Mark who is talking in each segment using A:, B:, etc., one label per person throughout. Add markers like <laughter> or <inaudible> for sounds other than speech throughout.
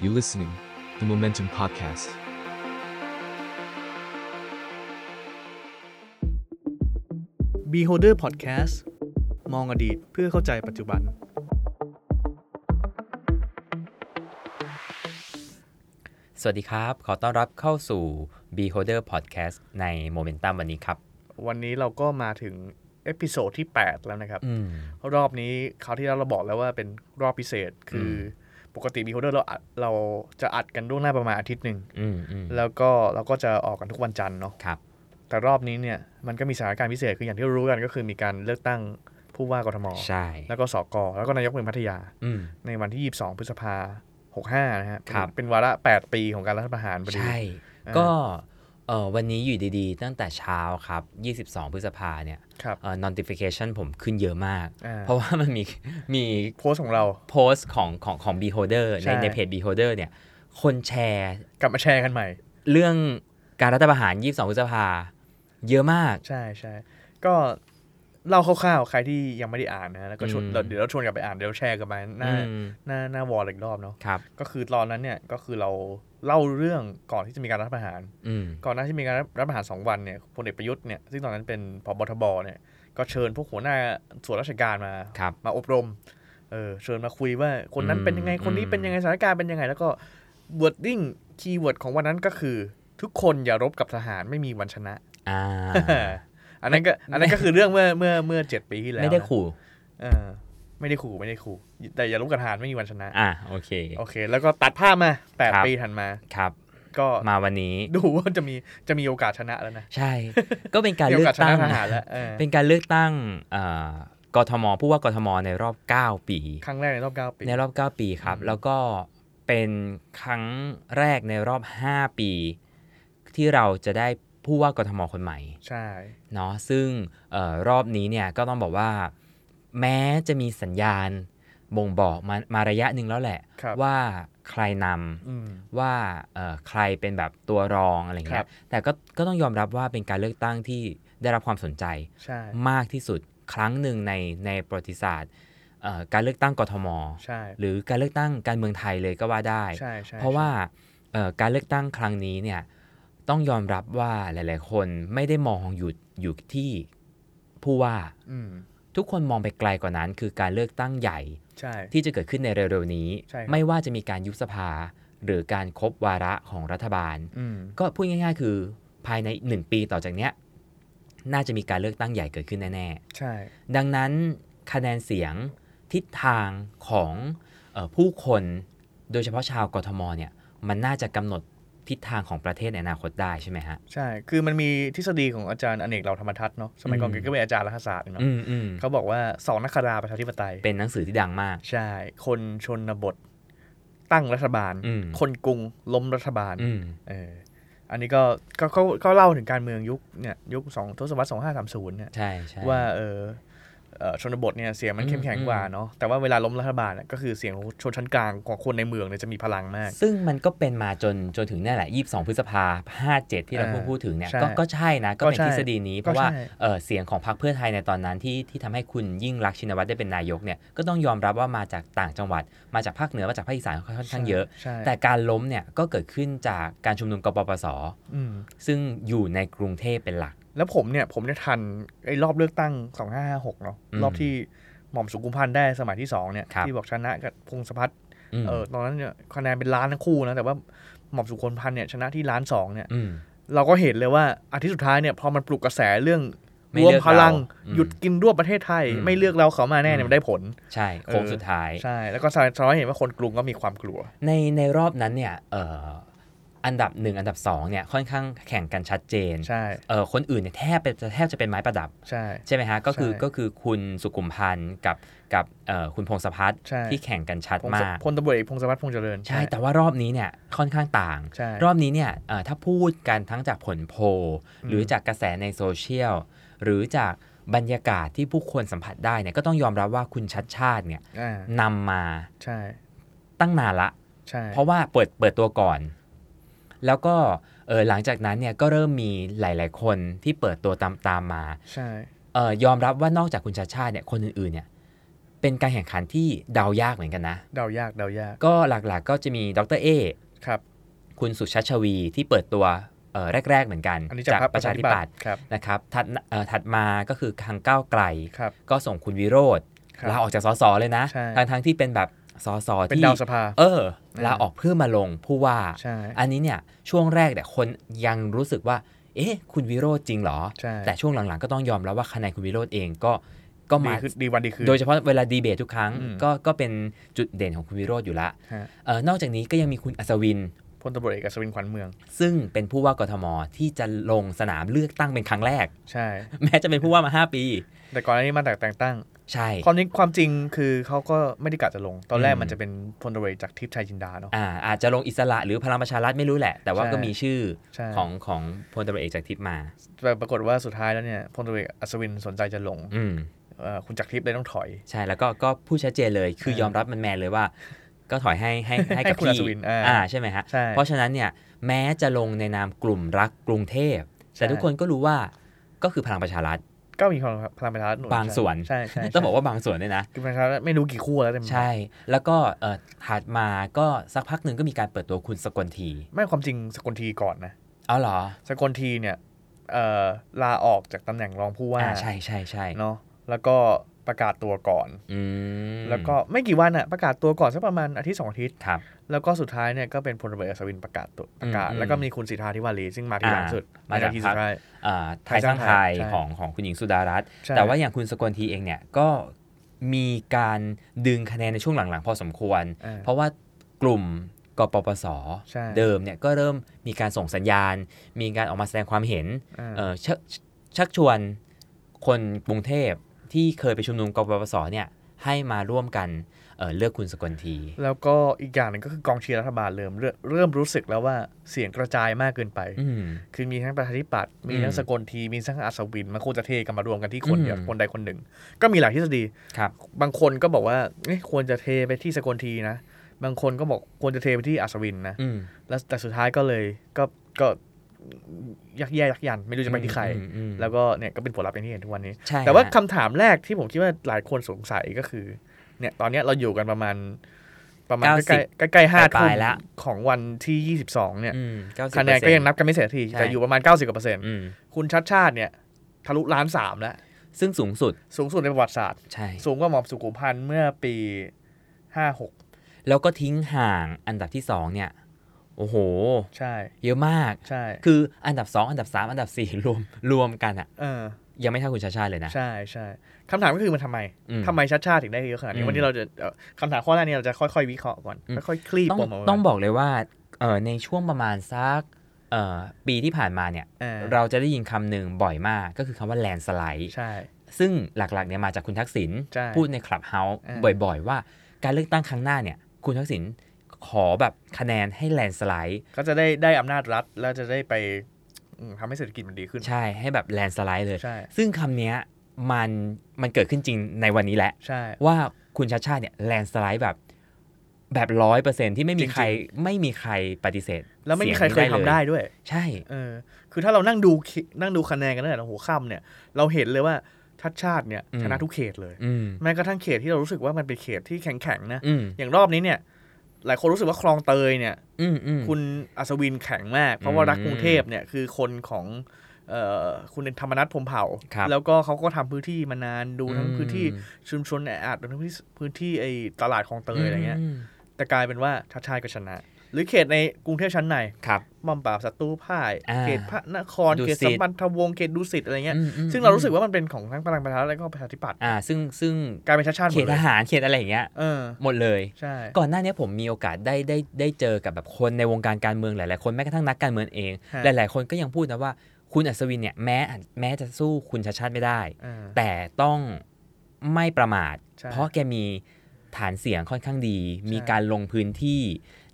A: You listening, the Momentum Podcast.
B: บีโฮเดอร์พอดแคสต์มองอดีตเพื่อเข้าใจปัจจุบัน
C: สวัสดีครับ ขอต้อนรับเข้าสู่ Beholder Podcast ใน Momentum วันนี้ครับ
B: วันนี้เราก็มาถึงเอพิโซดที่ 8 แล้วนะครับ
C: อืม
B: รอบนี้คราวที่แล้วเราบอกแล้วว่าเป็นรอบพิเศษ คืออปกติบีโฮเดอร์เราอัดเราจะอัดกันล่วงหน้าประมาณอาทิตย์หนึ่ง
C: อืมอืม
B: แล้วก็เราก็จะออกกันทุกวันจันทร์เนาะ
C: ครับ
B: แต่รอบนี้เนี่ยมันก็มีสถานการณ์พิเศษคืออย่างที่รู้กันก็คือมีการเลือกตั้งผู้ว่ากทม
C: ใช่
B: แล้วก็สกแล้วก็นายกเมืองพัทยา
C: อืม
B: ในวันที่ 22 พฤษภา65นะฮะเป็น
C: ครับ
B: เป็นวาระ 8 ปีของการรัฐประหารพอดี
C: ใช่ ก็เอ่อวันนี้อยู่ดีๆ ตั้งแต่เช้าครับ 22 พฤษภาเนี่ย
B: ครับ
C: เอ่อ notification ผมขึ้นเยอะมาก
B: อ่า
C: เพราะว่ามันมี <laughs> มี
B: โพสต์ของเรา
C: โพสต์ของของของ Beholder
B: ใช่
C: ในในเพจ Beholder เนี่ย คนแชร์
B: กลับมาแชร์กันใหม่
C: เรื่องการรัฐประหาร 22 พฤษภา เยอะมาก
B: ใช่ใช่ก็เล่าคร่าวๆ ใครที่ยังไม่ได้อ่านนะแล้วก็ชวน
C: อืม
B: เราเดี๋ยวเราชวนกลับไปอ่านเดี๋ยวแชร์กันมาหน้า
C: อืม
B: หน้าหน้าวอลอีกรอบเนาะ
C: ครับ
B: ก็คือตอนนั้นเนี่ยก็คือเราเล่าเรื่องก่อนที่จะมีการรัฐประหาร
C: อืม
B: ก่อนหน้าที่มีการรัฐประหารสองวันเนี่ยพลเอกประยุทธ์เนี่ยซึ่งตอนนั้นเป็นพบทบเนี่ยก็เชิญพวกหัวหน้าส่วนราชการมา
C: ครับ
B: มาอบรมเออเชิญมาคุยว่าคนนั้น
C: อืม
B: เป็นยังไงคนนี้
C: อืม
B: เป็นยังไงสถานการณ์เป็นยังไง แล้วก็วอร์ดดิ้งคีย์เวิร์ดของวันนั้นก็คือ ทุกคนอย่ารบกับทหารไม่มีวันชนะ
C: อ่า
B: <laughs> อันนั้นก็อันนั้นก็คือเรื่องเมื่อเมื่อเมื่อเจ็ดปีที่แล้ว
C: ไม่ได้
B: นะ
C: ขู่
B: เออไม่ได้ขู่ไม่ได้ขู่ แต่อย่าลุกกระทานไม่มีวันชนะ
C: อ่าโอเค
B: โอเค แล้วก็ตัดภาพมาแปด
C: ครับ
B: ปีถัดมา
C: ครับ
B: ก็
C: มาวันนี้
B: ดูว่าจะมีจะมีโอกาสชนะแล้วนะ
C: ใช่
B: <laughs>
C: ก็เป็นการ
B: มี
C: เลือก
B: โอาส
C: ก
B: ช
C: ตั้
B: นะ
C: ง
B: ทหารแล้วเออ
C: เป็นการเลือกตั้งเอ่อกทมผู้ว่ากทมในรอบ 9 ปี
B: ครั้งแรกในรอบเก้าปี
C: ในรอบ 9 ปีครับ
B: อืม
C: แล้วก็เป็นครั้งแรกในรอบ 5 ปี ที่เราจะได้ผู้ว่ากทมคนใหม่
B: ใช่
C: เนาะซึ่งเออรอบนี้เนี่ยก็ต้องบอกว่า แม้จะมีสัญญาณบ่งบอกมามาระยะหนึ่งแล้วแหละ
B: ครับ
C: ว่าใครนำ
B: อืม
C: ว่าเอ่อใครเป็นแบบตัวรองอะไร
B: ครั
C: เงี้
B: บ
C: ย แต่ก็ก็ต้องยอมรับว่าเป็นการเลือกตั้งที่ได้รับความสนใจ
B: ใช่
C: มากที่สุดครั้งหนึ่งในในประวัติศาสตร์เอ่อการเลือกตั้งกทม
B: ใช่
C: หรือการเลือกตั้งการเมืองไทยเลยก็ว่าได้
B: ใช่ใช่
C: เพราะว่าเอ่อการเลือกตั้งครั้งนี้เนี่ยต้องยอมรับว่าหลาย ๆ คนไม่ได้มองอยู่อยู่ที่ผู้ว่า
B: อืม
C: ทุกคนมองไปไกลกว่านั้น คือการเลือกตั้งใหญ่
B: ใช่
C: ที่จะเกิดขึ้นในเร็ว ๆ นี้
B: ใช่ครับ
C: ไม่ว่าจะมีการยุบสภา หรือการครบวาระของรัฐบาล
B: อืม
C: ก็พูดง่าย ๆ คือภายใน 1 ปีต่อจากเนี้ยน่าจะมีการเลือกตั้งใหญ่เกิดขึ้นแน่
B: ใช่
C: ๆ ดังนั้นคะแนนเสียงทิศทางของเออผู้คนโดยเฉพาะชาวกทมเนี่ยมันน่าจะกำหนดทิศทางของประเทศในอนาคตได้ใช่ไหมฮะ
B: ใช่ คือมันมีทฤษฎีของอาจารย์อเนกเหล่าธรรมทัศน์เนาะสมัยก่อน
C: อืม
B: แกก็เป็นอาจารย์รัฐศาสตร์เนาะ
C: อืมอืม
B: เขาบอกว่าสองนักคราประชาธิปไตย
C: เป็นหนังสือที่ดังมาก
B: ใช่ คนชนบทตั้งรัฐบาล
C: อืม
B: คนกรุงล้มรัฐบาล
C: อืม
B: เอออันนี้ก็ก็ก็ก็เล่าถึงการเมืองยุคเนี่ยยุคสองทศวรรษสองห้าสามศูนย์เนี่ย
C: ใช่ใช่
B: ว่าเออเอ่อชนบทเนี่ยเสียงมันเข้มแข็ง
C: อืม
B: กว่าเนาะแต่ว่าเวลาล้มรัฐบาลเนี่ยก็คือเสียงของชนชั้นกลางของคนในเมืองเนี่ยจะมีพลังมาก
C: ซึ่งมันก็เป็นมาจนจนถึงนั่นแหละ 22 พฤษภา57 ที่เรา
B: อ่า
C: เพิ่งพูดถึงเนี่ย
B: ใช่
C: ก็ก็ใช่นะ ก็เป็
B: ก็
C: น
B: ใช่
C: ทฤษฎีนี้ เพราะ
B: ก็ใช่
C: ว่าเอ่อเสียงของพรรคเพื่อไทยในตอนนั้นที่ที่ทำให้คุณยิ่งรักษณ์ชินวัตรได้เป็นนายกเนี่ยก็ต้องยอมรับว่ามาจากต่างจังหวัด มาจากภาคเหนือมาจากภาคอีสานค่อนข้างเยอะ
B: ใช่
C: แต่การล้มเนี่ยก็เกิดขึ้นจากการชุมนุมกปปส
B: อืม
C: ซึ่งอยู่ในกรุงเทพเป็นหลัก
B: แล้วผมเนี่ยผมเนี่ยทันไอ้รอบเลือกตั้งสองห้าห้าหกเนาะ
C: อืม
B: รอบที่หม่อมสุขุมพันธ์ได้สมัยที่สองเนี่ย
C: ครับ
B: ที่บอกชนะกับพงศพัฒน์
C: อืม
B: เออตอนนั้นเนี่ยคะแนนเป็นล้านทั้งคู่นะ แต่ว่าหม่อมสุคนพันธ์เนี่ยชนะที่ล้านสองเนี่ย
C: ม
B: เราก็เห็นเลยว่าอาทิตย์สุดท้ายเนี่ยพอมันปลุกกระแสเรื่อง
C: ไม่
B: รวม
C: เลือก
B: พลัง
C: เราอืม
B: หยุดกินรวบประเทศไทย
C: อืม
B: ไม่เลือกเราเขามาแน่เนี่ย
C: อืม
B: มันได้ผล
C: ใช่โค้ง
B: เออ
C: สุดท้าย
B: ใช่ แล้วก็สะท้อนให้เห็นว่าคนกรุงก็มีความกลัว
C: ในในรอบนั้นเนี่ยเอ่ออันดับหนึ่งอันดับสองเนี่ยค่อนข้างแข่งกันชัดเจน
B: ใช่
C: เออคนอื่นเนี่ยแทบเป็นแทบจะเป็นไม้ประดับ
B: ใช่
C: ใช่ไหมฮะก็คือ
B: ใช่
C: ก็คือคุณสุขุมพันธ์กับกับเอ่อคุณพงศพัฒน์
B: ใช่
C: ที่แข่งกันชัด
B: พงศ
C: มาก
B: พลตำรวจเอกพงศพัฒน์พงษ์เจริญ
C: ใช่แต่ว่ารอบนี้เนี่ยค่อนข้างต่าง
B: ใช่
C: รอบนี้เนี่ยเอ่อถ้าพูดกันทั้งจากผลโพล
B: อืม
C: หรือจากกระแสในโซเชียลหรือจากบรรยากาศที่ผู้คนสัมผัสได้เนี่ยก็ต้องยอมรับว่าคุณชัดชาติเนี่ย
B: อ่าน
C: ำมา
B: ใช่
C: ตั้งนานละ
B: ใช่
C: เพราะว่าเปิดเปิดตัวก่อน แล้วก็เออหลังจากนั้นเนี่ยก็เริ่มมีหลาย ๆ คนที่เปิดตัวตามตามมา
B: ใช่
C: เอ่อยอมรับว่านอกจากคุณชาติชาติเนี่ยคนอื่นๆเนี่ย เป็นการแข่งขันที่เดายากเหมือนกันนะ
B: เดายากเดายาก
C: ก็หลักๆก็จะมีดรเอ
B: ครับ
C: คุณสุชาติชวีที่เปิดตัวเอ่อแรก ๆ เหมือนกัน
B: อันนี้จากพรรคประชาธิปัตย์ครับ
C: นะครับถัดเอ่อถัดมาก็คือทางก้าวไกล
B: ครับ
C: ก็ส่งคุณวิโรธ
B: ครับ
C: ลาออกจากสสเลยนะ
B: ใช่
C: ทั้งทั้งๆที่เป็นแบบสส
B: เป็น
C: ที่
B: ดาวสภา
C: เออ
B: อืม
C: ลาออกเพื่อมาลงผู้ว่า
B: ใช่
C: อันนี้เนี่ยช่วงแรกเนี่ยคนยังรู้สึกว่า เอ๊ะ คุณวิโรธจริงเหรอ
B: ใช่
C: แต่ช่วงหลังๆก็ต้องยอมรับว่าคะแนนคุณวิโรธเองก็ก็
B: ดี
C: มา
B: คือดีวันดีคืน
C: โดยเฉพาะเวลาดีเบตทุกครั้ง
B: อืม
C: ก็ก็เป็นจุดเด่นของคุณวิโรธอยู่ละ
B: ฮะ
C: เออนอกจากนี้ก็ยังมีคุณอัศวิน
B: พลตำรวจเอกอัศวินขวัญเมือง
C: ซึ่งเป็นผู้ว่ากทมที่จะลงสนามเลือกตั้งเป็นครั้งแรก <laughs>
B: ใช่
C: แม้จะเป็นผู้ว่ามา 5 ปี
B: แต่ก่อนหน้านี้มาแต่แต่งตั้ง
C: ใช่
B: ความนี้ความจริงคือเขาก็ไม่ได้กะจะลง ตอนแรกมันจะเป็นพลตำรวจเอกจากทิพย์ชัยจินดาเนาะ
C: อ่าอาจจะลงอิสระหรือพลังประชารัฐไม่รู้แหละ แต่ว่า
B: ใช่
C: ก็มีชื่อ
B: ใช่
C: ของของพลตำรวจเอกจากทิพย์มา
B: แต่ปรากฏว่าสุดท้ายแล้วเนี่ยพลตำรวจเอกอัศวินสนใจจะลง
C: อืม
B: เอ่อคุณจากทิพย์เลยต้องถอย
C: ใช่แล้วก็ก็พูดชัดเจนเลยคือยอมรับมันแมนเลยว่า ก็ถอยให้ให้ให้กับ
B: ให้คุณอั
C: พี่
B: ศวินอ่า
C: ใช่ไหมฮะ
B: ใช่
C: เพราะฉะนั้นเนี่ยแม้จะลงในนามกลุ่มรักกรุงเทพ แต่
B: ใช่
C: ทุกคนก็รู้ว่าก็คือพลังประชารัฐ
B: ก็มีความพลังประชารัฐหนุ
C: บางส่วน
B: ใช่ใช่ใช่
C: ต้องบอกว่าบางส่วนด้วยนะ
B: คือพลังประชารัฐไม่รู้กี่คู่แล้วเต็ม
C: ใช่ แล้วก็เอ่อถัดมาก็สักพักหนึ่งก็มีการเปิดตัวคุณสกลที
B: ไม่ความจริงสกลทีก่อนนะ
C: เอาเหรอ
B: สกลทีเนี่ยเอ่อลาออกจากตำแหน่งรองผู้ว่า
C: อ่าใช่ใช่ใช่
B: เนาะแล้วก็ประกาศตัวก่อน
C: อืม
B: แล้วก็ไม่กี่วันอะประกาศตัวก่อนสักประมาณอาทิตย์สองอาทิตย์
C: ครับ
B: แล้วก็สุดท้ายเนี่ยก็เป็นพลเรือเอกสวินประกาศตัวประกาศ
C: อืม
B: แล้วก็มีคุณสิทธาธิวารีซึ่งมาทีหลัง
C: อ่า
B: สุด
C: มาจาก
B: ในนที
C: พร
B: สุ
C: รค
B: ดท้าย
C: อ่าไทยสร้างไทย
B: ใช่
C: ของของคุณหญิงสุดารัตน์
B: ใช่
C: แต่ว่าอย่างคุณสกลทีเองเนี่ยก็มีการดึงคะแนนในช่วงหลังๆ พอสมควร
B: อ่า
C: เพราะว่ากลุ่มกปปส
B: ใช่
C: เดิมเนี่ยก็เริ่มมีการส่งสัญญาณ มีการออกมาแสดงความเห็น
B: อ่า
C: เอ่อชกชักชวนคนกรุงเทพที่เคยไปชุมนุมกปปสเนี่ยให้มาร่วมกันเอ่อเลือกคุณสกลที
B: แล้วก็อีกอย่างหนึ่งก็คือกองเชียร์รัฐบาลเริ่มเริ่มเริ่มรู้สึกแล้วว่าเสียงกระจายมากเกินไป
C: อืม
B: คือมีทั้งประชาธิปัตย์มีทั้ง
C: อืม
B: สกลที มีทั้งอัศวินมันควรจะเทกันมารวมกันที่คนเดียว
C: อืม
B: คนใดคนหนึ่ง ก็มีหลายทฤษฎี
C: ครับ
B: บางคนก็บอกว่าเอ๊ะควรจะเทไปที่สกลทีนะ บางคนก็บอกควรจะเทไปที่อัศวินนะ
C: อืม
B: แล้วแต่สุดท้ายก็เลยก็ก็ยักแย่ยักยันไม่รู้จะไปที่ใคร
C: อืมอืม
B: แล้วก็เนี่ยก็เป็นผลลัพธ์อย่างที่เห็นทุกวันนี้
C: ใช่
B: แต่ว่า
C: ฮะ
B: คำถามแรกที่ผมคิดว่าหลายคนสงสัยก็คือ เนี่ยตอนเนี้ยเราอยู่กันประมาณ ประมาณใกล้ๆใกล้ๆห้าทุ่มของวันที่ 22 เนี่ย
C: อืม90%
B: คะแนนก็ยังนับกันไม่เสร็จที
C: ใช่
B: แต่อยู่ประมาณ 90กว่าเปอร์เซ็นต์
C: อืม
B: คุณชัดชาติเนี่ย ทะลุล้านสามแล้ว
C: ซึ่งสูงสุด
B: สูงสุดในประวัติศาสตร์
C: ใช่
B: สูงกว่าหมอมสุขุมพันธ์เมื่อปี 56
C: แล้วก็ทิ้งห่างอันดับที่สองเนี่ยโอ้โห
B: ใช่
C: เยอะมาก
B: ใช่
C: คืออันดับ 2 อันดับ 3 อันดับ 4 รวมรวมกันอะ
B: เออ
C: ยังไม่เท่าคุณชาชาติเลยนะ
B: ใช่ใช่คำถามก็คือมันทำไม
C: อืม
B: ทำไมชัดชาติถึงได้เยอะขนาด
C: อื
B: นี้
C: ม
B: วันนี้เราจะเอ่อคำถามข้อแรกเนี่ยเราจะค่อยๆวิเคราะห์ก่อน
C: อืม
B: ค่อยๆคลี่
C: ต้อง
B: ปมออกมา
C: ต้องบอกเลยว่าเอ่อในช่วงประมาณสักเอ่อปีที่ผ่านมาเนี่ย
B: อ่า
C: เราจะได้ยินคำหนึ่งบ่อยมากก็คือคำว่าแลนสไลด์
B: ใช่
C: ซึ่งหลักๆเนี่ยมาจากคุณทักษิณ
B: ใช่
C: พูดในคลับเฮาส์
B: อ่า
C: บ่อยๆ ว่าการเลือกตั้งครั้งหน้าเนี่ย คุณทักษิณขอแบบคะแนนให้แลนสไลด์
B: ก็จะได้ได้อำนาจรัฐแล้วจะได้ไปอืมทำให้เศรษฐกิจมันดีขึ้น
C: ใช่ให้แบบแลนสไลด์เลย
B: ใช่
C: ซึ่งคำเนี้ยมันมันเกิดขึ้นจริงในวันนี้แหละ
B: ใช่
C: ว่าคุณชาติชาติเนี่ยแลนสไลด์แบบแบบร้อยเปอร์เซ็นที่ไม่มีใคร
B: จริ
C: ไม่มีใครปฏิเสธ
B: แล้วไม่มีใคร
C: สีง
B: เคยทำได้ด้วย
C: ใช่
B: เออ คือถ้าเรานั่งดูคินั่งดูคะแนนกันตั้งแต่หัวค่ำเนี่ย เราเห็นเลยว่าทัดชาติเนี่ยชนะทุกเขตเลย
C: อืม
B: แม้กระทั่งเขตที่เรารู้สึกว่ามันเป็นเขตที่แข็งๆนะ
C: อืม
B: อย่างรอบนี้เนี่ย หลายคนรู้สึกว่าคลองเตยเนี่ย
C: อืมอืม
B: คุณอัศวินแข็งมาก เพราะว่ารัก
C: อืม
B: กรุงเทพเนี่ยคือคนของเอ่อคุณธรรมนัฐพรหมเผ่า
C: ครับ
B: แล้วก็เขาก็ทำพื้นที่มานานดูทั้ง
C: อืม
B: พื้นที่ชุมชนแออัดดูทั้งพื้นที่พื้นที่ไอ้ตลาดคลองเตยอะไรเงี้ย
C: ม
B: แต่กลายเป็นว่าทัชชายก็ชนะ หรือเขตในกรุงเทพชั้นใน
C: ครับ
B: บอมปราบศัตรูพ่าย
C: อ่า
B: เขตพระนคร
C: ดุสิ
B: เข
C: ต
B: ตสัมพันธวงศ์เขตดุสิตอะไรเงี้ย
C: อืมอืม
B: ซึ่งเรารู้สึกว่ามันเป็นของทั้งพลังประชารัฐและก็ประชาธิปัตย์
C: อ่า ซึ่งซึ่ง
B: กลายเป็นชาติชาติห
C: เข
B: ม
C: ต
B: ดเล
C: ท
B: ย
C: หารเขตอะไรอย่างเงี้ย
B: เออ
C: หมดเลย
B: ใช่
C: ก่อนหน้าเนี้ยผมมีโอกาสได้ได้ได้เจอกับแบบคนในวงการการเมืองหลาย ๆ คนแม้กระทั่งนักการเมืองเอง
B: ฮะ
C: หลาย ๆ คนก็ยังพูดนะว่าคุณอัศวินเนี่ยแม้แม้จะสู้คุณชาติชาติไม่ได้
B: เออ
C: แต่ต้องไม่ประมาท
B: ใช่
C: เพราะแกมีฐานเสียงค่อนข้างดี มี
B: ใช่
C: การลงพื้นที่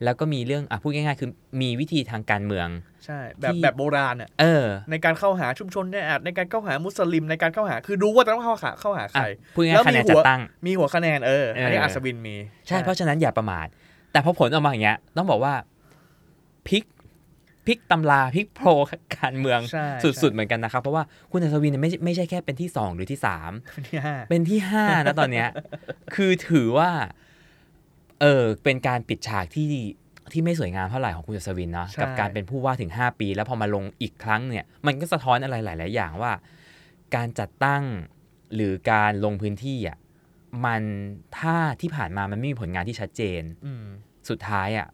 C: แล้วก็มีเรื่องอ่ะพูดง่ายๆ คือมีวิธีทางการเมือง
B: ใช่แบบ
C: ที่
B: แบบโบราณอ่ะ
C: เออ
B: ในการเข้าหาชุมชนแออัดในการเข้าหามุสลิมในการเข้าหาคือรู้ว่าจะต้องเข้าหาเข้าหาใค
C: อ่ะ
B: ร
C: พูดง่า
B: แล้
C: ยว ๆคะแน
B: มี
C: น
B: หั
C: จั
B: ว
C: ดตั้ง
B: มีหัวคะแนนเออ อันนี้
C: เอออั
B: อัศวินมี
C: ใช่เพราะฉะนั้นอย่าประมาท แต่พอผลออกมาอย่างเงี้ยต้องบอกว่าพลิก พลิกตำราพลิก <laughs> โพลการเมือง
B: ใช่
C: สุดๆเหมือนกันนะครับ เพราะว่าคุณอัศวินเนี่ยไม่ใช่ไม่ใช่แค่เป็นที่ 2 หรือที่ 3
B: ๆที่ห้า
C: เป็นที่ 5 นะตอนเนี้ย คือถือว่าเออเป็นการปิดฉากที่ที่ไม่สวยงามเท่าไหร่ของคุณอัศวินเนาะ
B: ใช่
C: กับการเป็นผู้ว่าถึง 5 ปี แล้วพอมาลงอีกครั้งเนี่ย มันก็สะท้อนอะไรหลาย ๆ อย่างว่า การจัดตั้งหรือการลงพื้นที่อ่ะมันถ้าที่ผ่านมามันไม่มีผลงานที่ชัดเจน
B: อืม
C: สุดท้ายอ่ะ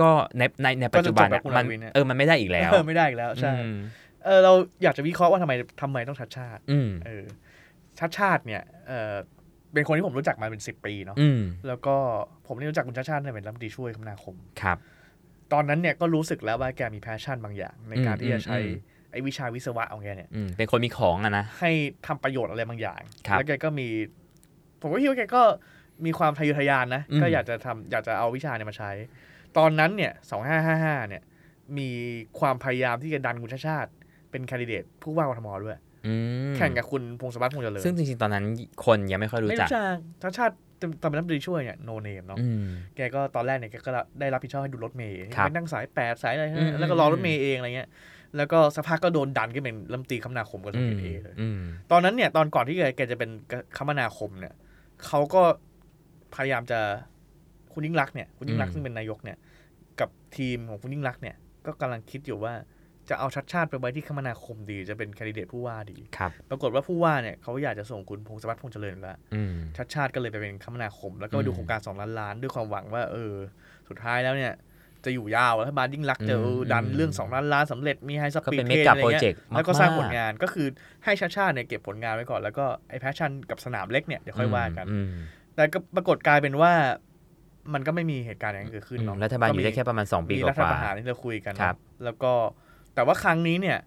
C: ก็ในในในปัจจุบั
B: ก็จะจ
C: น
B: บแบบ
C: อะ
B: คุณ
C: มัน
B: อาวินเนี่ย
C: เออมันไม่ได้อีกแล้ว
B: เออไม่ได้อีกแล้วใช่
C: อืม
B: เออเราอยากจะวิเคราะห์ว่าทำไมทำไมต้องชัดชาติ
C: อืม
B: เออชัดชาติเนี่ยเออเป็นคนที่ผมรู้จักมาเป็นสิบปีเนาะ
C: อืม
B: แล้วก็ผมนี่รู้จักคุณชาติชาติเนี่ยเป็นรัฐมนตรีช่วยคมนาคม
C: ครับ
B: ตอนนั้นเนี่ยก็รู้สึกแล้วว่าแกมีแพชชั่นบางอย่าง ในการ
C: อืม
B: ที่จะใช้
C: อืม
B: ไอ้วิชาวิศวะของแกเนี่ย
C: อืมเป็นคนมีของอะนะ
B: ให้ทำประโยชน์อะไรบางอย่าง
C: ครับ
B: แล้วแกก็มี ผมก็คิดว่าแกก็มีความทะเยอทะยานนะ
C: อืม
B: ก็อยากจะทำอยากจะเอาวิชาเนี่ยมาใช้ ตอนนั้นเนี่ยสองห้าห้าห้าเนี่ย มีความพยายามที่จะดันคุณชาติชาติ เป็นแคนดิเดตผู้ว่ากทมด้วย
C: อืม
B: แข่งกับคุณพงศวัตรพงษ์เจริญ
C: ซึ่งจริงๆ ตอนนั้นคนยังไม่ค่อยรู้
B: ไม่
C: จัก
B: รู้จักชาติชาติตอนเป็นรัฐมนตรีช่วยเนี่ยโนเนมเนาะ
C: อืม
B: แกก็ตอนแรกเนี่ยแกก็ได้รับผิดชอบให้ดูรถเมย์
C: ครับ
B: ไปนั่งสายแปดสายอะไร
C: อืม
B: แล้วก็รอรถเมย์เองอะไรเงี้ย แล้วก็สักพักก็โดนดันขึ้นเป็นรัฐมนตรีคมนาคมกระทรวงการเองเลย
C: อืม
B: ตอนนั้นเนี่ยตอนก่อนที่แกจะเป็นคมนาคมเนี่ยเขาก็พยายามจะคุณยิ่งรักษณ์เนี่ยคุณยิ่งรักษณ์ซึ่งเป็นนายกเนี่ย กับทีมของคุณยิ่งรักษณ์เนี่ยก็กำลังคิดอยู่ว่าจะเอาชัดชาติไปไว้ที่คมนาคมดี จะเป็นแคนดิเดตผู้ว่าดี
C: ครับ
B: ปรากฏว่าผู้ว่าเนี่ยเขาอยากจะส่งคุณพงศวัตรพงษ์เจริญแล้ว
C: อืม
B: ชัดชาติก็เลยไปเป็นคมนาคม แล้วก็ไปดู
C: อืม
B: โครงการสองล้านล้านด้วยความหวังว่า เออ สุดท้ายแล้วเนี่ย จะอยู่ยาวรัฐบาลยิ่งรักษณ์จะ
C: อืม
B: ดัน
C: อืม
B: เรื่องสองล้านล้านสำเร็จมีไฮส
C: ก็
B: ปีด
C: เป็นเม
B: เทรนอะ
C: กะ
B: ไร
C: โปรเจ
B: เงี้ย
C: กต์
B: แล้วก็สร้างผล
C: มก
B: งานก็คือให้ชาชาเนี่ยเก็บผลงานไว้ก่อน แล้วก็ไอ้แพชชั่นกับสนามเล็กเนี่ยเดี๋ยว
C: ๆ
B: ค่อยว่ากัน
C: อืม
B: แต่ก็ปรากฏกลายเป็นว่า มันก็ไม่มีเหตุการณ์อย่างนั้นเกิดขึ้นเนาะ
C: รัฐบาลอ
B: ก็มี
C: ยู่ได้แค่ประมาณ 2 ปี
B: มี
C: ก
B: รัฐ
C: ว่า
B: ประหารที่เราคุยกันเนอะ
C: ครับ
B: แล้วก็แต่ว่าครั้งนี้เนี่ย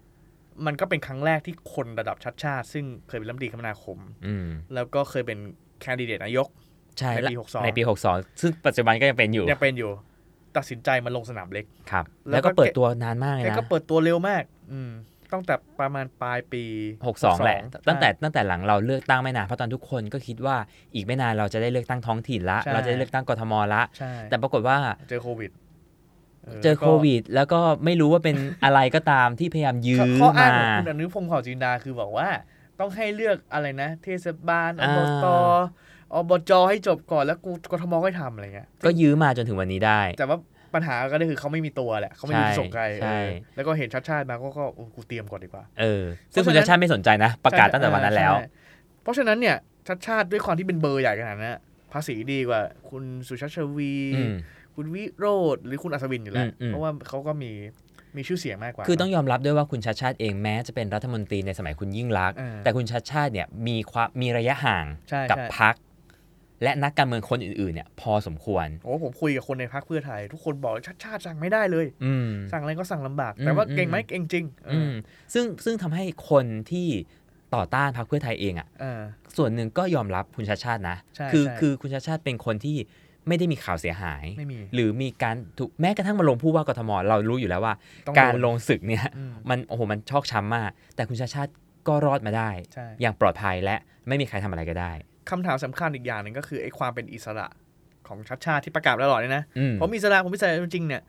B: มันก็เป็นครั้งแรกที่คนระดับชาชาติ ซึ่งเคยเป็นรัฐมนตรีคมนาคม
C: ๆอืม
B: แล้วก็เคยเป็นแคนดิเดตนายก
C: ใช่
B: ในปี
C: และ
B: 62
C: ในปี 62 ซึ่งปัจจุบันก็ยังเป็นอยู่
B: ยังเป็นอยู่ ตัดสินใจมาลงสนามเล็ก
C: ครับ
B: แล้
C: แล้ว ว
B: ก็
C: ก็เปิดตัวนานมากเลย
B: แก
C: นะ
B: ก็เปิดตัวเร็วมาก อืมตั้งแต่ประมาณปลายปี
C: 62 แหละ
B: 62
C: ตั้งแต่
B: ใช่
C: ตั้งแต่หลังเราเลือกตั้งไม่นานเพราะตอนทุกคนก็คิดว่าอีกไม่นานเราจะได้เลือกตั้งท้องถิ่นละ
B: ใช่
C: เราจะได้เลือกตั้งกทมละ
B: ใช่
C: แต่ปรากฏว่า
B: เจอโควิด
C: เจอ
B: แล้ว
C: โค
B: ก็
C: วิด แล้วก็ไม่รู้ว่าเป็น อะไรก็ตามที่พยายามยื้อ
B: ข้ออ้าม
C: า
B: ขอ
C: ง
B: งคุณอนุพงศ์เผ่าจินดาคือบอกว่า ต้องให้เลือกอะไรนะ เทศบาลอบตอบจให้จบก่อนแล้วกูกทมก็ทำอะไรเงี้ย
C: ก็ยื้อมาจนถึงวันนี้ได้
B: แต่ว่าปัญหาก็คือเขาไม่มีตัวแหละเขาไม่มีที่ส่งใคร
C: ใช่
B: เออแล้วก็เห็นชาติชาติมาก็ก็โอ้กูเตรียมก่อนดีกว่า
C: เออ ซึ่ง
B: เพ
C: คุ
B: ราะฉะ
C: ณ
B: นั้
C: ชาน ติชาติไม่สนใจนะ ประกาศตั้งแต่วันนั้นแล้ว
B: ใช่เพราะฉะนั้นเนี่ยชาติชาติด้วยความที่เป็นเบอร์ใหญ่ขนาดนั้นนะภาษีดีกว่า คุณสุชาติชวี
C: อืม
B: คุณวิโรธหรือคุณอัศวินอยู่แล้ว
C: อืมอืม
B: เพราะว่าเขาก็มีมีชื่อเสียงมากกว่า
C: คือต้องยอมรับด้วยว่าคุณชาติชาติเองแม้จะเป็นรัฐมนตรีในสมัยคุณยิ่งรักษณ์
B: เออ
C: แต่คุณชาติชาติเนี่ยมีความมีระยะห่าง
B: ใช่
C: กั
B: ใช่
C: พัก และนักการเมืองคนอื่นๆเนี่ย พอสมควร
B: โอ้ผมคุยกับคนในพรรคเพื่อไทย ทุกคนบอกชาติชาติสั่งไม่ได้เลย
C: อืม
B: สั่งอะไรก็สั่งลำบาก
C: อืม
B: แต่ว่า
C: อืม
B: เก่งไหมเก่งจริงเอ
C: อื
B: อ
C: มซึ่งซึ่งทำให้คนที่ต่อต้านพรรคเพื่อไทยเองอ่ะ
B: เออ
C: ส่วนหนึ่งก็ยอมรับคุณชาติชาตินะ
B: ใช่
C: คื
B: ใช่
C: คือคุณชาติชาติเป็นคนที่ไม่ได้มีข่าวเสียหาย
B: ไม่มี
C: หรือมีการถูกแม้กระทั่งมาลงผู้ว่ากทมเรารู้อยู่แล้วว่า
B: ต้อง
C: การ
B: โดน
C: ลงศึกเนี่ย
B: อืม
C: มันโอ้โหมันชอกช้ำมาก แต่คุณชาติชาติก็รอดมาได้
B: ใช่
C: อย่างปลอดภัยและไม่มีใครทำอะไรก็ได้
B: คำถามสำคัญอีกอย่างหนึ่งก็คือไอ้ความเป็นอิสระของชาติชาติที่ประกาศตลอดเลยนะ
C: อืม
B: ผมอิสระผมอิสระจริงเนี่ย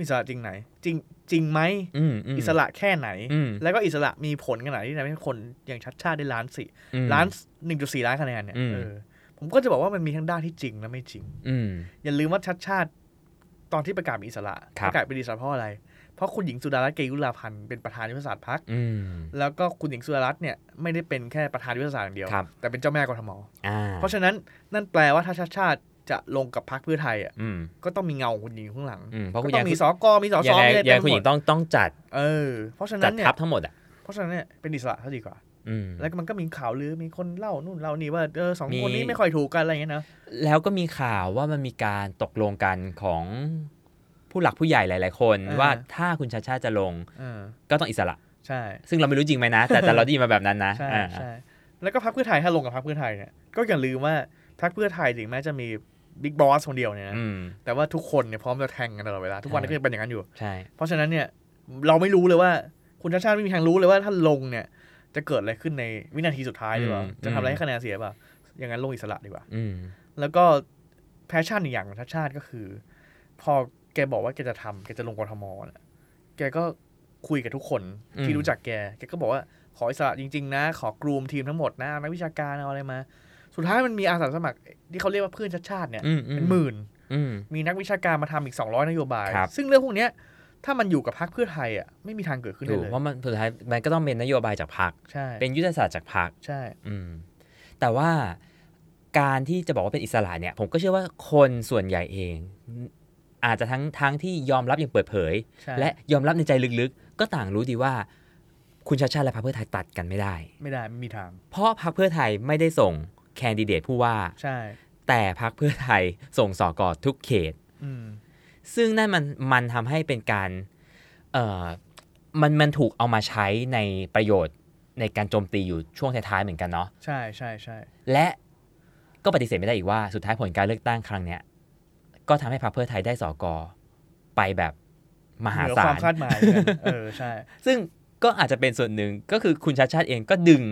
B: อิสระจริงไหน จริงจริงไหม
C: อืมม
B: อิสระแค่ไหน
C: อืม
B: แล้วก็อิสระมีผลขนาดที่ทำให้คนอย่างชัดชาติได้ล้านสี่
C: อืม
B: ล้านหนึ่งจุดสี่ล้านคะแนนเนี่ย
C: อืม
B: เออผมก็จะบอกว่ามันมีทั้งด้านที่จริงและไม่จริง
C: อืม
B: อย่าลืมว่าชัดชาติ ตอนที่ประกาศเป็นอิสระ
C: ครับ
B: ประกาศเป็นอิสระเพราะอะไร เพราะคุณหญิงสุดารัตน์เกยุราพันธ์เป็นประธานยุทธศาสตร์พรรค
C: อืม
B: แล้วก็คุณหญิงสุดารัตน์เนี่ยไม่ได้เป็นแค่ประธานยุทธศาสตร์อย่างเดียว
C: ครับ
B: แต่เป็นเจ้าแม่กทม
C: อ่า
B: เพราะฉะนั้นนั่นแปลว่าถ้าชาติชาติจะลงกับพรรคเพื่อไทยอ่ะ
C: อืม
B: ก็ต้องมีเงาของคุณหญิงข้างหลัง
C: อืมเพ
B: ก็
C: ราะคุณ
B: ต้อ
C: ยั
B: ง งมีสกมีสส
C: ยังไง
B: มีอะไร
C: ยั
B: เต็
C: ง
B: ม
C: คุณ
B: ห
C: ห
B: มด
C: ญิงต้องต้องจัด
B: เออเพราะฉะ
C: จั
B: นั้
C: ด
B: นเนี่ย
C: ทัพทั้งหมดอ่ะ
B: เพราะฉะนั้นเนี่ยเป็นอิสระซะดีกว่า
C: อืม
B: แล้วก็มันก็มีข่าวลือมีคนเล่านู่นเล่านี่ว่าเออสอง
C: มี
B: คนนี้ไม่ค่อยถูกกันอะไรอย่างเงี้ยนะ
C: แล้วก็มีข่าวว่ามันมีการตกลงกันของผู้หลักผู้ใหญ่หลาย ๆ คนว่าถ้าคุณชาติชาติจะลง
B: เออ
C: ก็ต้องอิสระ
B: ใช่
C: ซึ่งเราไม่รู้จริงไหมนะ แต่แต่เราได้ยินมาแบบนั้นนะ
B: ใช่
C: อ่า
B: ใช่แล้วก็พรรคเพื่อไทยถ้าลงกับพรรคเพื่อไทยเนี่ยก็อย่าลืมว่าพรรคเพื่อไทยถึงแม้จะมีบิ๊กบอสคนเดียวเนี่ยนะ
C: อืม
B: แต่ว่าทุกคนเนี่ยพร้อมจะแทงกันตลอดเวลาทุกวัน
C: ใช่
B: ก็ยังเป็นอย่างนั้นอยู่
C: ใช่
B: เพราะฉะนั้นเนี่ยเราไม่รู้เลยว่าคุณชาติชาติไม่มีทางรู้เลยว่าถ้าลงเนี่ยจะเกิดอะไรขึ้นในวินาทีสุดท้ายหรือเปล่าจะทำอะไรให้คะแนนเสียหรือเปล่าอย่างนั้นลงอิสระดีกว่า
C: อืม
B: แล้วก็แพชชั่นอีกอย่างของชาติชาติก็คือ พอแกบอกว่าแกจะทำแกจะลงกทมเนี่ยแก แกก็คุยกับทุกคน
C: อืม
B: ที่รู้จักแก แกก็บอกว่าขออิสระจริง ๆ นะ ขอกรูมทีมทั้งหมดนะเอานักวิชาการเอาอะไรมา สุดท้ายมันมีอาสาสมัครที่เขาเรียกว่าเพื่อนชัดชาติเนี่ย
C: อืมอื
B: เป็นหมื่น
C: อืม
B: มีนักวิชาการมาทำอีก 200 นโยบาย
C: ครับ
B: ซึ่งเรื่องพวกเนี้ยถ้ามันอยู่กับพรรคเพื่อไทยอ่ะไม่มีทางเกิดขึ้น
C: ถู
B: ได้
C: ก
B: เลย
C: เพราะมันสุดท้ายมันก็ต้องเป็นนโยบายจากพรรค
B: ใช่
C: เป็นยุทธศาสตร์จากพรรค
B: ใช่
C: อืมแต่ว่าการที่จะบอกว่าเป็นอิสระเนี่ย ผมก็เชื่อว่าคนส่วนใหญ่เอง อาจจะทั้งทั้งที่ยอมรับอย่างเปิดเผย
B: ใช่
C: และยอมรับในใจลึกๆ ก็ต่างรู้ดีว่า คุณชาติชาติและพรรคเพื่อไทยตัดกันไม่ได้
B: ไม่ได้ไม่มีทาง
C: เพราะพรรคเพื่อไทยไม่ได้ส่งแคนดิเดตผู้ว่า
B: ใช่
C: แต่พรรคเพื่อไทยส่งสอกอทุกเขต
B: อืม
C: ซึ่งนั่นมันมันทำให้เป็นการเอ่อมันมันถูกเอามาใช้ในประโยชน์ในการโจมตีอยู่ช่วงท้ายๆเหมือนกันเนาะ
B: ใช่ใช่ใช่
C: และก็ปฏิเสธไม่ได้อีกว่าสุดท้ายผลการเลือกตั้งครั้งเนี้ยก็ทำให้พรรคเพื่อไทยได้สอกอไปแบบมหา
B: เหนือ
C: ศา
B: ความ
C: ล
B: คาดหมายเหมือนกันเออใช่
C: ซึ่งก็อาจจะเป็นส่วนหนึ่งก็คือคุณชาติชาติเองก็ดึง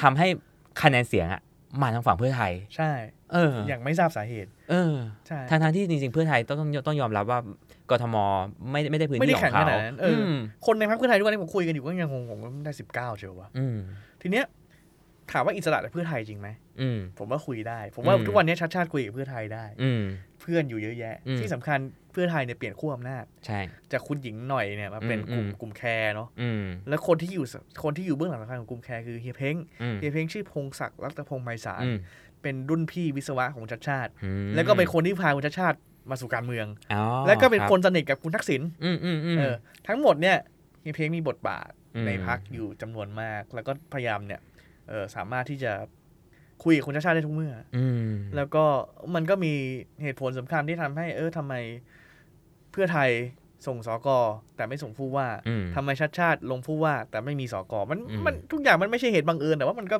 C: ทำให้คะแนนเสียงอะมาทางฝั่งเพื่อไทย
B: ใช่
C: เออ
B: อย่างไม่ทราบสาเหตุ
C: เออ
B: ใช่
C: ทางทางๆที่จริงๆเพื่อไทยต้องต้องยอมรับว่ากทมไม่ไม่ได้พื้น
B: ไม่
C: ที่
B: ได้
C: ขอ
B: แข่ง
C: งเขา
B: ขนาดนั้นเอออ
C: ม
B: คนในพรรคเพื่อไทยทุกวันนี้ผมคุยกันอยู่ก็ยังงงๆว่ามันได้สิบเก้าเชียววะ
C: อืม
B: ทีเนี้ยถามว่าอิสระแต่เพื่อไทยจริงไหม
C: อืม
B: ผมว่าคุยได้ ผมว่า
C: อืม
B: ทุกวันนี้ชัดชาติคุยกับเพื่อไทยได้
C: อืม
B: เพื่อนอยู่เยอะแยะ
C: อืม
B: ที่สำคัญเพื่อไทยเนี่ยเปลี่ยนขั้วอำนาจ
C: ใช่
B: จากคุณหญิงหน่อยเนี่ยมาเป็น
C: อื
B: ก
C: ม
B: ลุ่ม
C: อืม
B: กลุ่มแคร์เนาะ
C: อืม
B: แล้วคนที่อยู่สคนที่อยู่เบื้องหลังสำคัญของกลุ่มแคร์คือเฮียเพ้ง
C: อืม
B: เฮียเพ้งชื่อพงศักดิ์รัตพงศ์ไพศาล
C: อืม
B: เป็นรุ่นพี่วิศวะของชัดชาติ
C: อืม
B: แล้วก็เป็นคนที่พาคุณชัดชาติมาสู่การเมือง
C: อ๋อ
B: แล้วก็เป็น
C: รับ
B: คนสนิทกับคุณทักษิณ
C: อืมอืมอืม
B: เออทั้งหมดเนี่ยเฮียเพ้งมีบทบาท
C: อืม
B: ในพักอยู่จำนวนมาก แล้วก็พยายามเนี่ยเออสามารถที่จะคุยกับคุณชัดชาติได้ทุกเมื่อ
C: อืม
B: แล้วก็มันก็มีเหตุผลสำคัญที่ทำให้ เออทำไมเพื่อไทยส่งสอกอแต่ไม่ส่งผู้ว่า
C: อืม
B: ทำไมชาติชาติลงผู้ว่า แต่ไม่มีสอกอมัน
C: อืม
B: มันทุกอย่างมันไม่ใช่เหตุบังเอิญแต่ว่ามันก็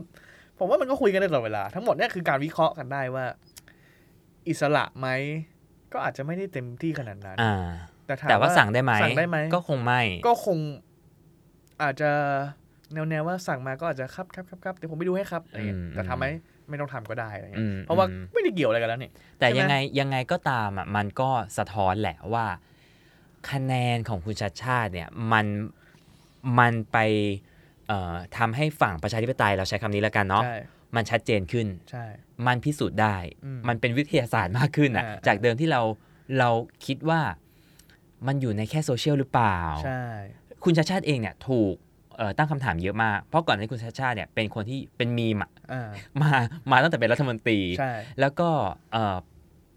B: ผมว่ามันก็คุยกันได้ตลอดเวลา ทั้งหมดเนี่ยคือการวิเคราะห์กันได้ว่า อิสระไหมก็อาจจะไม่ได้เต็มที่ขนาดนั้น
C: อ่า
B: แต่ถม
C: แต่ว่าสั่งได้ไหม
B: สั่งได้ไหม
C: ก็คงไม่
B: ก็คงอาจจะแนวแนวๆว่าสั่งมาก็อาจจะครับครับครับครับเดี๋ยวผมไปดูให้ครับอะไรเงี้ย
C: อืม
B: แต่ทำไหมไม่ต้องทำก็ได้อะไรเงี้
C: อื
B: ย
C: ม
B: เพราะว่า
C: อืม
B: ไม่ได้เกี่ยวอะไรกันแล้วนี่
C: แต่
B: ใช่ไหม
C: ยังไงยังไงก็ตามอ่ะมันก็สะท้อนแหละว่า คะแนนของคุณชาติชาติเนี่ยมันมันไปเอ่อทำให้ฝั่งประชาธิปไตยเราใช้คำนี้แล้วกันเนาะ
B: ใช่
C: มันชัดเจนขึ้น
B: ใช่
C: มันพิสูจน์ได้
B: อืม
C: มันเป็นวิทยาศาสตร์มากขึ้นอ่ะ
B: อ่า
C: จากเดิมที่เราเราคิดว่ามันอยู่ในแค่โซเชียลหรือเปล่า
B: ใช่
C: คุณชาติชาติเองเนี่ยถูกเอ่อตั้งคำถามเยอะมาก เพราะก่อนหนานี้คุณชาติชาติเนี่ยเป็นคนที่เป็นมีมอะ <laughs>
B: อ่า
C: มามาตั้งแต่เป็นรัฐมนตรี
B: ใช่
C: แล้วก็เอ่อ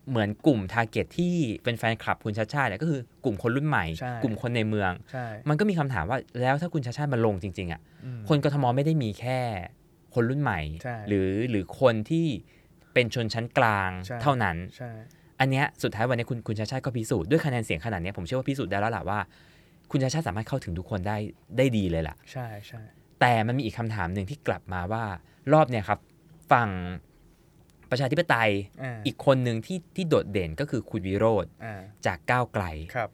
C: เหมือนกลุ่มทาร์เก็ตที่เป็นแฟนคลับคุณชาติชาติเนี่ยก็คือกลุ่มคนรุ่นใหม่
B: ใช่
C: กลุ่มคนในเมือง
B: ใช่
C: มันก็มีคำถามว่าแล้วถ้าคุณชาติชาติมาลงจริงๆอ่ะ
B: อืม
C: คนกทมไม่ได้มีแค่คนรุ่นใหม่
B: ใช่
C: หรือหรือคนที่เป็นชนชั้นกลาง
B: ใช่
C: เท่านั้น
B: ใช่
C: อันเนี้ยสุดท้ายวันนี้คุณคุณชาติชาติก็พิสูจน์ด้วยคะแนนเสียงขนาดเนี้ยผมเชื่อว่าพิสูจน์ได้แล้วล่ะว่า คุณชาติชาติสามารถเข้าถึงทุกคนได้ได้ดีเลยล่ะ
B: ใช่ใช่
C: แต่มันมีอีกคำถามหนึ่งที่กลับมาว่ารอบเนี่ยครับ ฝั่งประชาธิปไตย
B: อ่า
C: อีกคนหนึ่งที่ที่โดดเด่นก็คือคุณวิโรธ
B: อ่า
C: จากก้าวไกล
B: ครับ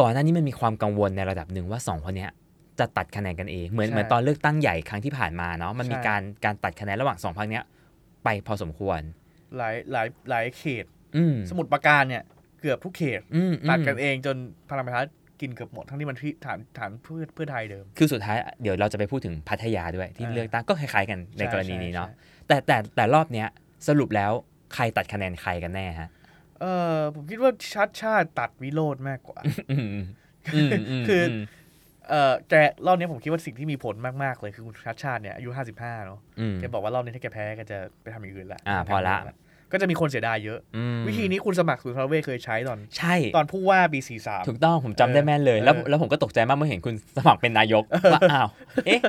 C: ก่อนหน้านี้มันมีความกังวลในระดับหนึ่งว่าสองคนเนี้ยจะตัดคะแนนกันเอง เหมือน
B: ใช่
C: เหมือนตอนเลือกตั้งใหญ่ครั้งที่ผ่านมาเนาะมันมี
B: ใช่
C: การการตัดคะแนนระหว่างสองพรรคเนี้ยไปพอสมควร
B: หลายหลายหลายเขต
C: อืม
B: สมุทรปราการเนี่ย เกือบทุกเขต
C: อืมอืม
B: ตัดกันเองจนพลังประชารัฐกินเกือบหมดทั้งที่มันที่ฐานฐานเพื่อเพื่อไทยเดิม
C: คือสุดท้ายเดี๋ยวเราจะไปพูดถึงพัทยาด้วยที่
B: อ่า
C: เลือกตั้งก็คล้ายๆกันใน
B: ช่
C: กรณีนี้เนาะ
B: ใช่ใช่
C: แต่แต่แต่รอบเนี้ยสรุปแล้วใครตัดคะแนนใครกันแน่ฮะ
B: เออผมคิดว่าชัดชาติตัดวิโรธมากกว่า
C: อืมอืมม
B: คืออื
C: ม
B: เออแกรอบนี้ผมคิดว่าสิ่งที่มีผลมากๆเลยคือคุณชัดชาติเนี่ยอายุห้าสิบห้าเนาะ
C: อืม
B: แกบอกว่ารอบนี้ถ้าแกแพ้แก็จะไปทำอย่างอื่นละ
C: อ่าพอละ
B: ก็จะมีคนเสียดายเยอะ
C: อืม
B: วิธีนี้คุณสมัครสุนทรเวชเคยใช้ตอน
C: ใช่
B: ตอนผู้ว่าปีสี่สาม
C: ถูกต้องผมจำได้แม่นเลย แล้ว
B: เออ
C: แล้วผมก็ตกใจมากเมื่อเห็นคุณสมัครเป็นนายกว่าอ้าวเอ๊ะ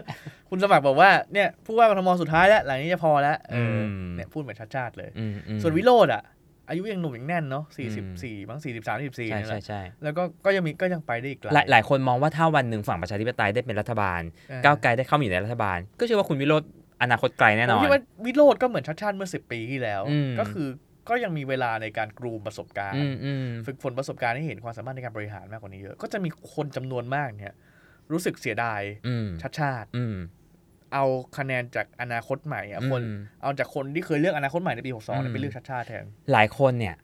B: คุณสมัครบอกว่าเนี่ยผู้ว่ากทมสุดท้ายแล้ว หลังนี้จะพอแล้วเอออ
C: ม
B: เนี่ยพูดเหมือนชัดชาติเลย
C: อืมอืม
B: ส่วนวิโรดอ่ะ อายุยังหนุ่มยังแน่นเนาะสี่สิบ
C: ม
B: สี่บ้างสี่สิบสามสี่สิบสี่
C: ใช่
B: นี่แห
C: ใช่
B: ละ
C: ใช่
B: แล้วก็ก็ยังมีก็ยังไปได้อีกไกล
C: หลายหลายคนมองว่าถ้าวันหนึ่งฝั่งประชาธิปไตยได้เป็นรัฐบาล
B: เออ
C: ก้าวไกลได้เข้ามาอยู่ในรัฐบาล ก็เชื่อว่าคุณวิโรจน์อนาคตไกลแน่นอ
B: ผม
C: น
B: คิดว่าวิโรดก็เหมือนชัดชาติเมื่อสิบปีที่แล้ว
C: อืม
B: ก็คือก็ยังมีเวลาในการกรูมประสบการณ์
C: อืมอืม
B: ฝึกฝนประสบการณ์ให้เห็นความสามารถในการบริหารมากกว่านี้เยอะก็จะมีคนจำนวนมากเนี่ยรู้สึกเสียดาย
C: อืม
B: ชัดชาติ
C: อืม
B: เอาคะแนนจากอนาคตใหม่อะคน
C: อืม
B: เอาจากคนที่เคยเลือกอนาคตใหม่ในปี 62
C: อืม
B: เนี่ยไปเลือกชาติชาติแทน
C: หลายคนเนี่ย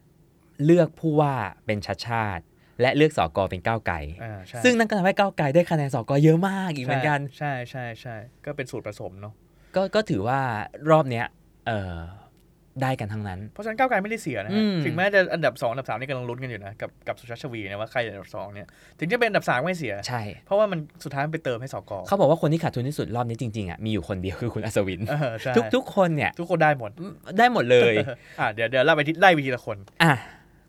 C: เลือกผู้ว่าเป็นชาติชาติ และเลือกสอกอเป็นก้าวไกล
B: อ่าใช่
C: ซึ่งนั่นก็ทำให้ก้าวไกลได้คะแนนสอกอเยอะมากอีกเหมือนกัน
B: ใช่ใช่ใช่ก็เป็นสูตรผสมเนาะ
C: ก็ก็ถือว่ารอบเนี้ยเออได้กันทั้งนั้น
B: เพราะฉะนั้นก้าวไกลไม่ได้เสียนะ
C: อื
B: ฮะ
C: ม
B: ถึงแม้จะอันดับสองอันดับสามนี่กำลังลุ้นกันอยู่นะกับกับสุชาติชวีนะว่าใครจะอันดับสองเนี่ยถึงจะเป็นอันดับสามไม่เสีย
C: ใช่
B: เพราะว่ามันสุดท้ายมันไปเติมให้สก
C: เขาบอกว่าคนที่ขาดทุนที่สุดรอบนี้จริงๆอ่ะมีอยู่คนเดียวคือคุณอัศวิน
B: เออใช่
C: ทุกทุกคนเนี่ย
B: ทุกคนได้หมด
C: ได้หมดเลย
B: <laughs> อ่าเดี๋ยวเดี๋ยวเราไปที่ไล่ไปทีละคน
C: อ่ะ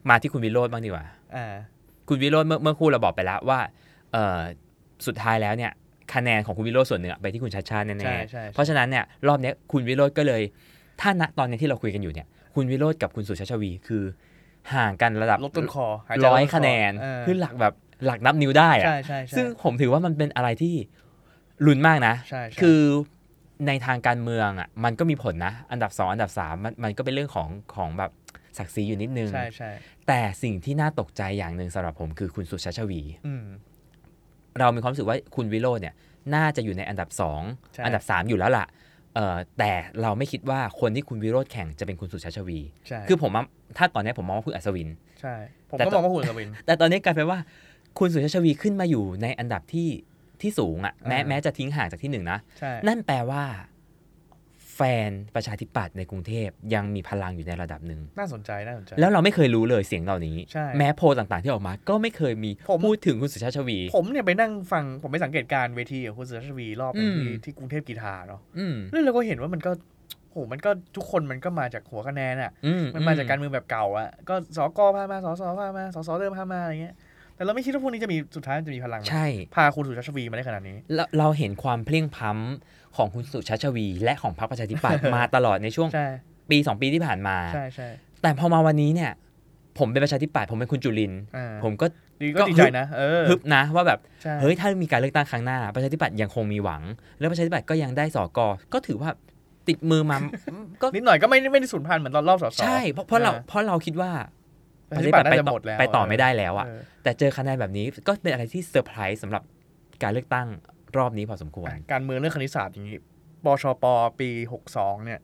C: มาที่คุณวิโรธบ้างดีกว่า
B: อ่า
C: คุณวิโรธเมื่อเมื่อครู่เราบอกไปแล้วว่าเออสุดท้ายแล้วเนี่ยคะแนนของคุณวิโรธส่วนหนึ่งอะไปที่คุณชาติชาติ
B: ใช่
C: แน่
B: ใช่
C: ๆเพราะฉะนั้นเนี่ยรอบเนี้ยคุณวิโรธก็เลย ถ้าณตอนเนี้ยที่เราคุยกันอยู่เนี่ย คุณวิโรธกับคุณสุชาติชวีคือ ห่างกันระดับ
B: ลดต้นคอหาใจ
C: ร้อย
B: ลดต้
C: คะแนน
B: เออ
C: คือหลักแบบหลักนับนิ้วได้อะ
B: ใช่ใช่ใช่
C: ซึ่งผมถือว่ามันเป็นอะไรที่ลุ้นมากนะ
B: ใช่ใช่
C: คือในทางการเมืองอ่ะมันก็มีผลนะ อันดับสองอันดับสามมันมันก็เป็นเรื่องของของแบบศักดิ์ศรีอยู่นิดนึง
B: ใช่ใช่
C: แต่สิ่งที่น่าตกใจอย่างหนึ่งสำหรับผมคือคุณสุชาชวี
B: อืม
C: เรามีความรู้สึกว่าคุณวิโรจน์เนี่ยน่าจะอยู่ในอันดับ
B: ใช่
C: 2 อันดับ 3 อยู่แล้วล่ะเอ่อแต่เราไม่คิดว่าคนที่คุณวิโรจน์แข่งจะเป็นคุณสุชาชวี
B: ใช่
C: คือผมว่าถ้าตอนเนี้ยผมมองว่าคุณอัศวิน
B: ใช่ผม
C: แต่
B: ก็ม
C: ต
B: อ
C: อ
B: น งว่าหุ่นกับวิน
C: แต่ตอนนี้กลายเป็นว่าคุณสุชาชวีขึ้นมาอยู่ในอันดับที่ที่สูงอะ่ะแม้
B: อ่า
C: แม้จะทิ้งห่างจากที่หนึ่งนะ
B: ใช่
C: นั่นแปลว่า แฟนประชาธิปัตย์ในกรุงเทพยังมีพลังอยู่ในระดับหนึ่ง
B: น่าสนใจน่าสนใจ
C: แล้วเราไม่เคยรู้เลยเสียงเหล่านี้
B: ใช่
C: แม้โพลต่างๆที่ออกมาก็ไม่เคยมี
B: ผม
C: พูดถึงคุณสุชาติชวี
B: ผมเนี่ยไปนั่งฟังผมไปสังเกตการณ์เวทีของคุณสุชาติชวีรอบหนึ่ง
C: อืม
B: ที่ที่กรุงเทพกีฬาเนาะ
C: อืม
B: แล้วเราก็เห็นว่ามันก็โหมันก็ทุกคนมันก็มาจากหัวคะแนนอ่ะ
C: อื
B: มันมาจากการเมืองแบบเก่าอ่ะ ก็สกพามาสสพามาสสเริ่มพามาอะไรเงี้ย แต่เราไม่คิดว่าพวกนี้จะมีสุดท้ายจะมีพลัง
C: ใช่
B: พาคุณสุชาติชวีมาได้ขนาดนี้
C: เราเราเห็นความเพลียงพล้ำของคุณสุชาติชวี และของพรรคประชาธิปัตย์
B: <laughs>
C: มาตลอดในช่วง
B: ใช่
C: ปี 2 ปีที่ผ่านมา
B: ใช่ใช่
C: แต่พอมาวันนี้เนี่ย ผมเป็นประชาธิปัตย์ผมเป็นคุณจุลินทร์
B: อ่า
C: ผมก็
B: ดี
C: ก็
B: ก็ดีใจนะ เออ
C: ฮึบนะว่าแบบ
B: ใช่
C: เฮ้ย ถ้ามีการเลือกตั้งครั้งหน้า ประชาธิปัตย์ยังคงมีหวัง แล้วประชาธิปัตย์ก็ยังได้สกก็ถือว่าติดมือมา <laughs> ก็
B: นิดหน่อยก็ไม่ไม่ได้สูญพันธุ์เหมือนตอนรอบสส
C: ใช่เพราะเพราะเราเพราะเราคิดว่า
B: ประชาธิปัตย์
C: ไป
B: น่าจะ
C: ต่
B: ห
C: อ
B: มดแล้ว
C: ไปต่อไม่ได้แล้วอะ
B: เออ
C: แต่เจอคะแนนแบบนี้ก็เป็นอะไรที่เซอร์ไพรส์สำหรับการเลือกตั้งรอบนี้พอสมควร
B: อ่ะการเมืองเรื่องคณิตศาสตร์อย่างนี้ปชป ปี 62 เนี่ย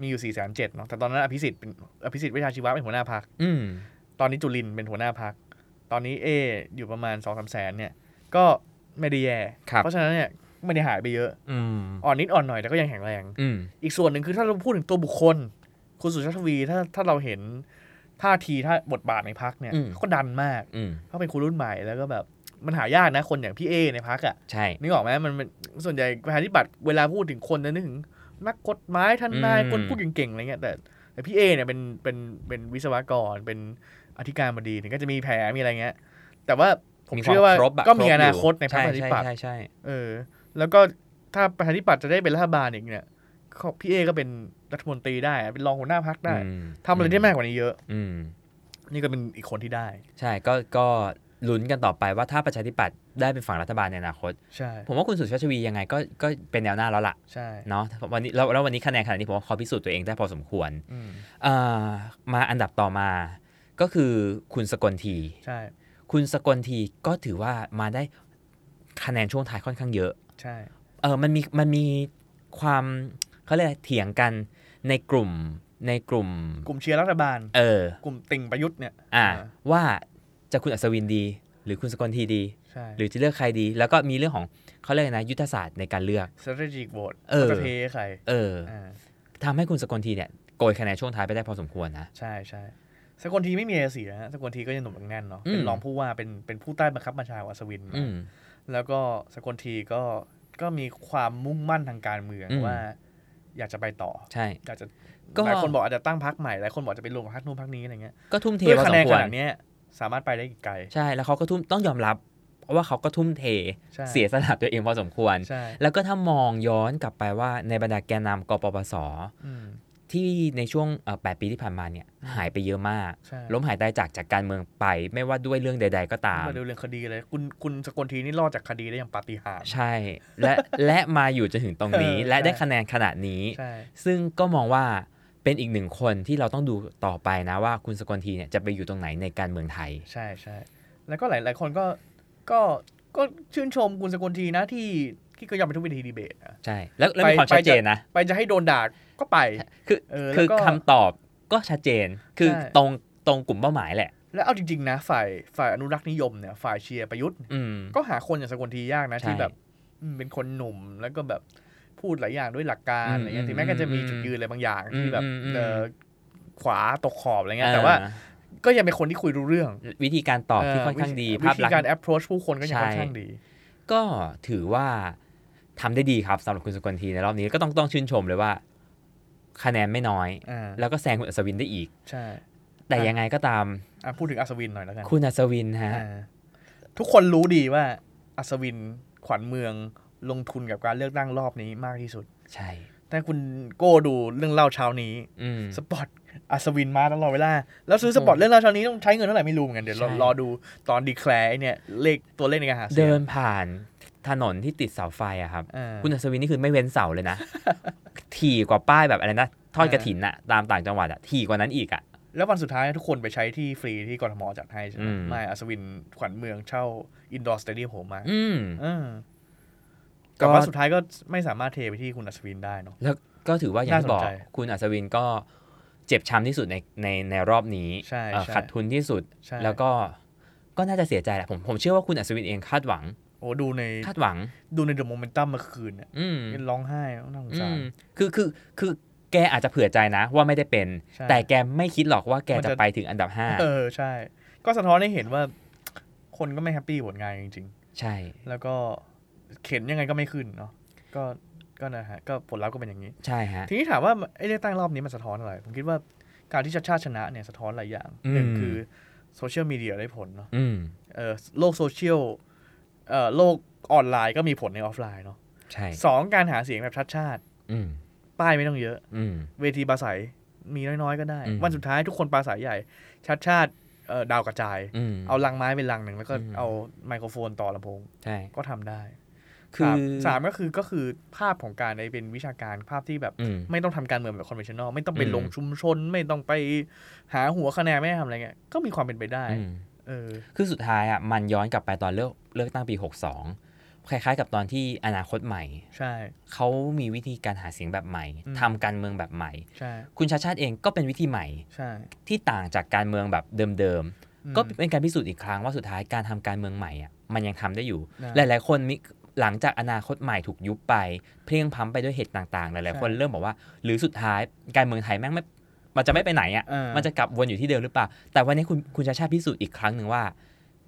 B: มีอยู่ 4 7 0 0เนาะ แต่ตอนนั้นอภิสิทธิ์เป็นอภิสิทธิ์เวิชาชีวะเป็นหัวหน้าพัก
C: อืม
B: ตอนนี้จุลินทร์เป็นหัวหน้าพัก ตอนนี้เอ อยู่ประมาณ 2 3 แสนเนี่ย ก็ไม่ได้แย่
C: ครับ
B: เพราะฉะนั้นเนี่ยไม่ได้หายไปเยอะ
C: อืม
B: อ่อนนิดอ่อนหน่อยแต่ก็ยังแข็งแรง
C: อืม
B: อีกส่วนหนึ่งคือถ้าเราพูดถึงตัวบุคคล คุณสุชาติชวี ถ้าถ้าเราเห็นท่าทีถ้าบทบาทในพักเนี่ย
C: อืม
B: เขาก็ดันมาก
C: อืม
B: เขาเป็นคนรุ่นใหม่แล้วก็แบบมันหายากนะคนอย่างพี่เอในพักอ่ะ
C: ใช่
B: นึกออกไหมมันมันส่วนใหญ่ประชาธิปัตย์เวลาพูดถึงคนจะนึกถึงนักกฎหมายทนาย
C: อืม
B: คนพูดเก่งๆอะไรเงี้ยแต่แต่พี่เอเนี่ยเป็นเป็นเป็นวิศวกรเป็นอธิการบดีเนี่ยก็จะมีแผลมีอะไรเงี้ย แต่ว่าผม
C: คว
B: เชื่อว่า
C: ครบะ
B: ก็มี
C: รบยู่
B: อนาคตในพรรคประชาธิปัตย์
C: ใช่ใช่ใช่
B: เออ แล้วก็ถ้าประชาธิปัตย์จะได้เป็นรัฐบาลอีกเนี่ยเขาพี่เอก็เป็นรัฐมนตรีได้เป็นรองหัวหน้าพักได้
C: อืม
B: ทำอะไรได้มากกว่านี้เยอะ
C: อืม
B: นี่ก็เป็นอีกคนที่ได้
C: ใช่ก็ก็ลุ้นกันต่อไปว่าถ้าประชาธิปัตย์ได้เป็นฝั่งรัฐบาลในอนาคต
B: ใช่
C: ผมว่าคุณสุชาติชวียังไงก็ก็เป็นแนวหน้าแล้วล่ะ
B: ใช่
C: เนาะวันนี้แล้วแล้ววันนี้คะแนนขนาดนี้ผมว่าเขาพิสูจน์ตัวเองได้พอสมควร
B: อืม
C: เอ่อมาอันดับต่อมา ก็คือคุณสกลที
B: ใช่
C: คุณสกลทีก็ถือว่ามาได้คะแนนช่วงท้ายค่อนข้างเยอะ
B: ใช่
C: เออมันมีมันมีความเขาเรียกอะไรเถียงกันในกลุ่มในกลุ่ม
B: กลุ่มเชียร์รัฐบาล
C: เออ
B: กลุ่มติ่งประยุทธ์เนี่ย
C: อ่า
B: อ่า
C: ว่าจะคุณอัศวินดี หรือคุณสกลทีดี
B: ใช่
C: หรือจะเลือกใครดี แล้วก็มีเรื่องของเขาเรียกอะไรนะยุทธศาสตร์ในการเลือก
B: strategic vote
C: เออ
B: จะเทให้ใคร
C: เออ
B: อ่า
C: ทำให้คุณสกลทีเนี่ยโกยคะแนนช่วงท้ายไปได้พอสมควรนะ
B: ใช่ใช่สกลทีไม่มีอะไรเสียฮะสกลทีก็ยังหนุ่มยังแน่นเนาะ
C: อืม
B: เป็นรองผู้ว่าเป็นเป็นผู้ใต้บังคับบัญชาของอัศวิน
C: อืม
B: แล้วก็สกลทีก็ก็มีความมุ่งมั่นทางการเมือง
C: อืม
B: ว่า อยากจะไปต่อ
C: ใช่
B: อยากจะ
C: ก็
B: หลายคนบอกอาจจะตั้งพักใหม่หลายคนบอกจะไปรวมกับพักนู้นพักนี้อะไรเงี้ย
C: ก็ทุ่มเท
B: ด้วย
C: พอ
B: คะ
C: ส
B: แน
C: ม
B: น
C: ค
B: ข
C: วร
B: นาดเนี้ยสามารถไปได้อีกไกล
C: ใช่แล้วเขาก็ทุ่มต้องยอมรับว่าเขาก็ทุ่มเท
B: ใช่
C: เสียสละตัวเองพอสมควร
B: ใช่
C: แล้วก็ถ้ามองย้อนกลับไปว่าในบรรดาแกนนำกปปส
B: อืม
C: ที่ในช่วงเอ่อ8ปีที่ผ่านมาเนี่ยหายไปเยอะมาก
B: ใช่
C: ล้มหายตายจากจากการเมืองไปไม่ว่าด้วยเรื่องใด ๆ ก็ตาม
B: มาดูเรื่องคดีเลย คุณคุณสกลทีนี่รอดจากคดีได้อย่างปาฏิหาริย์
C: ใช่ และ <laughs> และมาอยู่จนถึงตรงนี้
B: เออ
C: และได้
B: ใช่
C: คะแนนขนาดนี้
B: ใช่
C: ซึ่งก็มองว่าเป็นอีกหนึ่งคนที่เราต้องดูต่อไปนะว่าคุณสกลทีเนี่ยจะไปอยู่ตรงไหนในการเมืองไทย
B: ใช่ใช่แล้วก็หลายหลายคนก็ก็ก็ชื่นชมคุณสกลทีนะที่ที่ก็ยอมไปทุกเวทีดีเบตนะ
C: ใช่ แล้วแล้ว
B: ไป
C: มีความชัดเจนนะ
B: ไปจะให้โดนด่าก็ไป
C: คือ
B: เออแล้ว
C: คือ
B: ก็
C: คำตอบก็ชัดเจน คือ
B: ใช่
C: ตรงตรงกลุ่มเป้าหมายแหละ
B: แล้วเอาจริงๆนะฝ่ายฝ่ายอนุรักษ์นิยมเนี่ยฝ่ายเชียร์ประยุทธ์เนี่ย
C: อืม
B: ก็หาคนอย่างสกลทียากนะ
C: ใช่
B: ที่แบบอืมเป็นคนหนุ่มแล้วก็แบบพูดหลายอย่างด้วยหลักการอะ
C: อืม
B: ไรเงี้ย
C: อืม
B: ถึงแม้ก็จะมีจุดยืนอะไรบางอย่างที่แบบ
C: อืมอืม
B: เอ่อขวาตกขอบอะไรเงี้ยแต่ว่า
C: เอ
B: ก็ยังเป็นคนที่คุยรู้เรื่อง
C: อวิธีการตอบที่ค่อนข้างดี
B: เอ่อวิ
C: ภาพ
B: ธี
C: ลักษ
B: การ
C: ณ์
B: approach ผู้คนก็ยัง
C: ใช่
B: ค่อนข้างดี
C: ก็ถือว่าทำได้ดีครับสำหรับคุณสกลทีในรอบนี้ก็ต้องต้องชื่นชมเลยว่า คะแนนไม่น้อย
B: อ่า
C: แล้วก็แซงคุณอัศวินได้อีก
B: ใช่
C: แต่ยังไงก็ตาม
B: อ่ะพูดถึงอัศวินหน่อยแล้วกัน
C: คุณอัศวินฮะ
B: อ่าทุกคนรู้ดีว่าอัศวินขวัญเมืองลงทุนกับการเลือกตั้งรอบนี้มากที่สุด
C: ใช่
B: แต่คุณโก้ดูเรื่องเล่าเช้านี้
C: อืม
B: สปอตอัศวินมาตลอดเวลา แล้วซื้อสปอตเรื่องเล่าเช้านี้ต้องใช้เงินเท่าไหร่ไม่รู้เหมือนกันเดี๋ยวรอ
C: ใช่
B: รอดูตอนดีแคลร์เนี่ยเลขตัวเลขในการหาเสีย
C: เดิน
B: ง
C: ผ่านถนนที่ติดเสาไฟอะครับ
B: อ่า
C: คุณอัศวินนี่คือไม่เว้นเสาเลยนะ
B: <laughs>
C: ถี่กว่าป้ายแบบอะไรนะทอดกระถินอะตามต่างจังหวัดอะถี่กว่านั้นอีกอะ
B: แล้ววันสุดท้ายทุกคนไปใช้ที่ฟรีที่กรทมจัดให้ใช่ไหม
C: อืม
B: ไม่อัศวินขวัญเมืองเช่าอินดอร์สเตเดียมผมมา
C: อืม
B: อ่า
C: ก็
B: แต่ว่าสุดท้ายก็ไม่สามารถเทไปที่คุณอัศวินได้เนาะ
C: แล้วก็ถือว่าอย่างที่บอก
B: น่าสนใจ
C: คุณอัศวินก็เจ็บช้ำที่สุดในในในรอบนี้
B: ใช่
C: เอ่อ
B: ใช่
C: ขาดทุนที่สุด
B: ใช่
C: แล้วก็ก็น่าจะเสียใจแหละผมผมเชื่อว่าคุณอัศวินเองคาดหวัง
B: โอ้ดูใน
C: คาดหวัง
B: ดูในเดอะโมเมนตัมเมื่อคืนเนี่ย
C: อืม
B: ร้องไห้น่าสงสา
C: อื
B: ร
C: มคือคือคือแกอาจจะเผื่อใจนะ ว่าไม่ได้เป็น
B: ใช่
C: แต่แกไม่คิดหรอกว่าแก
B: มัน
C: จะ
B: จะ
C: ไปถึงอันดับห้า
B: เออ ใช่ ก็สะท้อนให้เห็นว่า คนก็ไม่แฮปปี้ผลงานจริง
C: ใช่
B: ๆ แล้วก็เข็นยังไงก็ไม่ขึ้นเนาะก็ก็นะฮะ ก็ผลลัพธ์ก็เป็นอย่างนี้
C: ใช่ฮะ
B: ทีนี้ถามว่าไอ้เลือกตั้งรอบนี้มันสะท้อนอะไร ผมคิดว่าการที่ชาติชาติชนะเนี่ยสะท้อนหลายอย่าง
C: อืม
B: หนึ่งคือโซเชียลมีเดียได้ผลเนาะ
C: อืม
B: เออโลกโซเชียลเอ่อโลกออนไลน์ก็มีผลในออฟไลน์เนาะ
C: ใช่
B: สองการหาเสียงแบบชาติชาติ
C: อืม
B: ป้ายไม่ต้องเยอะ
C: อืม
B: เวทีปราศัยมีน้อยๆก็ได้
C: อืม
B: วันสุดท้ายทุกคนปราศัยใหญ่ ชาติชาติเอ่อดาวกระจาย
C: อืม
B: เอาลังไม้เป็นลังหนึ่งแล้วก็
C: อืม
B: เอาไมโครโฟนต่อลำโพง
C: ใช่
B: ก็ทำได้
C: คื
B: สา
C: อ
B: มสามก็คือก็คือภาพของการในเป็นวิชาการภาพที่แบบ
C: อืม
B: ไม่ต้องทำการเมืองแบบคอนเวนชั่นแนลไม่ต้องไป
C: อืม
B: ลงชุมชน ไม่ต้องไปหาหัวคะแนนไม่ได้ทำอะไรเงี้ยก็มีความเป็นไปได้
C: อืม
B: เออ
C: คือสุดท้ายอ่ะมันย้อนกลับไปตอนเลือกเลือกตั้งปี 62 คล้ายๆ กับตอนที่อนาคตใหม่
B: ใช่
C: เขามีวิธีการหาเสียงแบบใหม่ทำการเมืองแบบใหม่
B: ใช่
C: คุณชาติชาติเองก็เป็นวิธีใหม่
B: ใช่
C: ที่ต่างจากการเมืองแบบเดิม
B: อืม
C: ๆก็เป็นการพิสูจน์อีกครั้งว่าสุดท้ายการทำการเมืองใหม่อ่ะมันยังทำได้อยู่
B: นะ
C: หลายๆคนมิหลังจากอนาคตใหม่ถูกยุบไป เพลียงพล้ำไปด้วยเหตุต่างๆ หลาย
B: ใช่
C: ๆคนเริ่มบอกว่า หรือสุดท้ายการเมืองไทยแม่งไม่มันจะไม่ไปไหนอ่ะ
B: เออ
C: มันจะกลับวนอยู่ที่เดิมหรือเปล่า แต่วันนี้คุณคุณชาติชาติพิสูจน์อีกครั้งหนึ่งว่า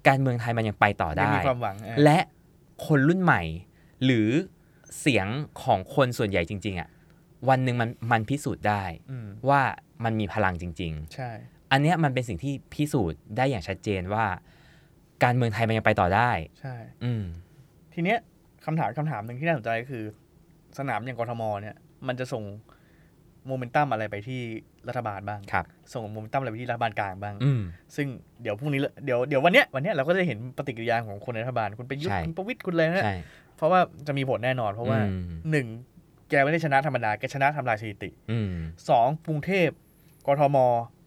C: การเมืองไทยมันยังไปต่อ
B: ยัง
C: ได้
B: มีความหวังเออ
C: และคนรุ่นใหม่ หรือเสียงของคนส่วนใหญ่จริง ๆอ่ะวันหนึ่งมันมันพิสูจน์ได้
B: อืม
C: ว่ามันมีพลังจริง
B: ใช่
C: ๆ อันเนี้ยมันเป็นสิ่งที่พิสูจน์ได้อย่างชัดเจนว่า การเมืองไทยมันยังไปต่อได้
B: ใช่
C: อืม
B: ทีเนี้ยคำถามคำถามหนึ่งที่น่าสนใจก็คือ สนามอย่างกรทมเนี่ย มันจะส่งโมเมนตัมอะไรไปที่รัฐบาลบ้าง
C: ครับ
B: ส่งโมเมนตัมอะไรไปที่รัฐบาลกลางบ้าง
C: อืม
B: ซึ่งเดี๋ยวพรุ่งนี้เดี๋ยวเดี๋ยววันเนี้ยวันเนี้ยเราก็จะเห็นปฏิกิริยาของคนในรัฐบาลคุณไประยุท
C: ใช่
B: ธ์คุณประวิตยคุณอะไรนะ
C: ใช่
B: เพราะว่าจะมีผลแน่นอน เพราะว่า
C: อืม
B: หนึ่งแกไม่ได้ชนะธรรมดาแกชนะทำลายสถิติ
C: อืม
B: สองกรุงเทพกรทม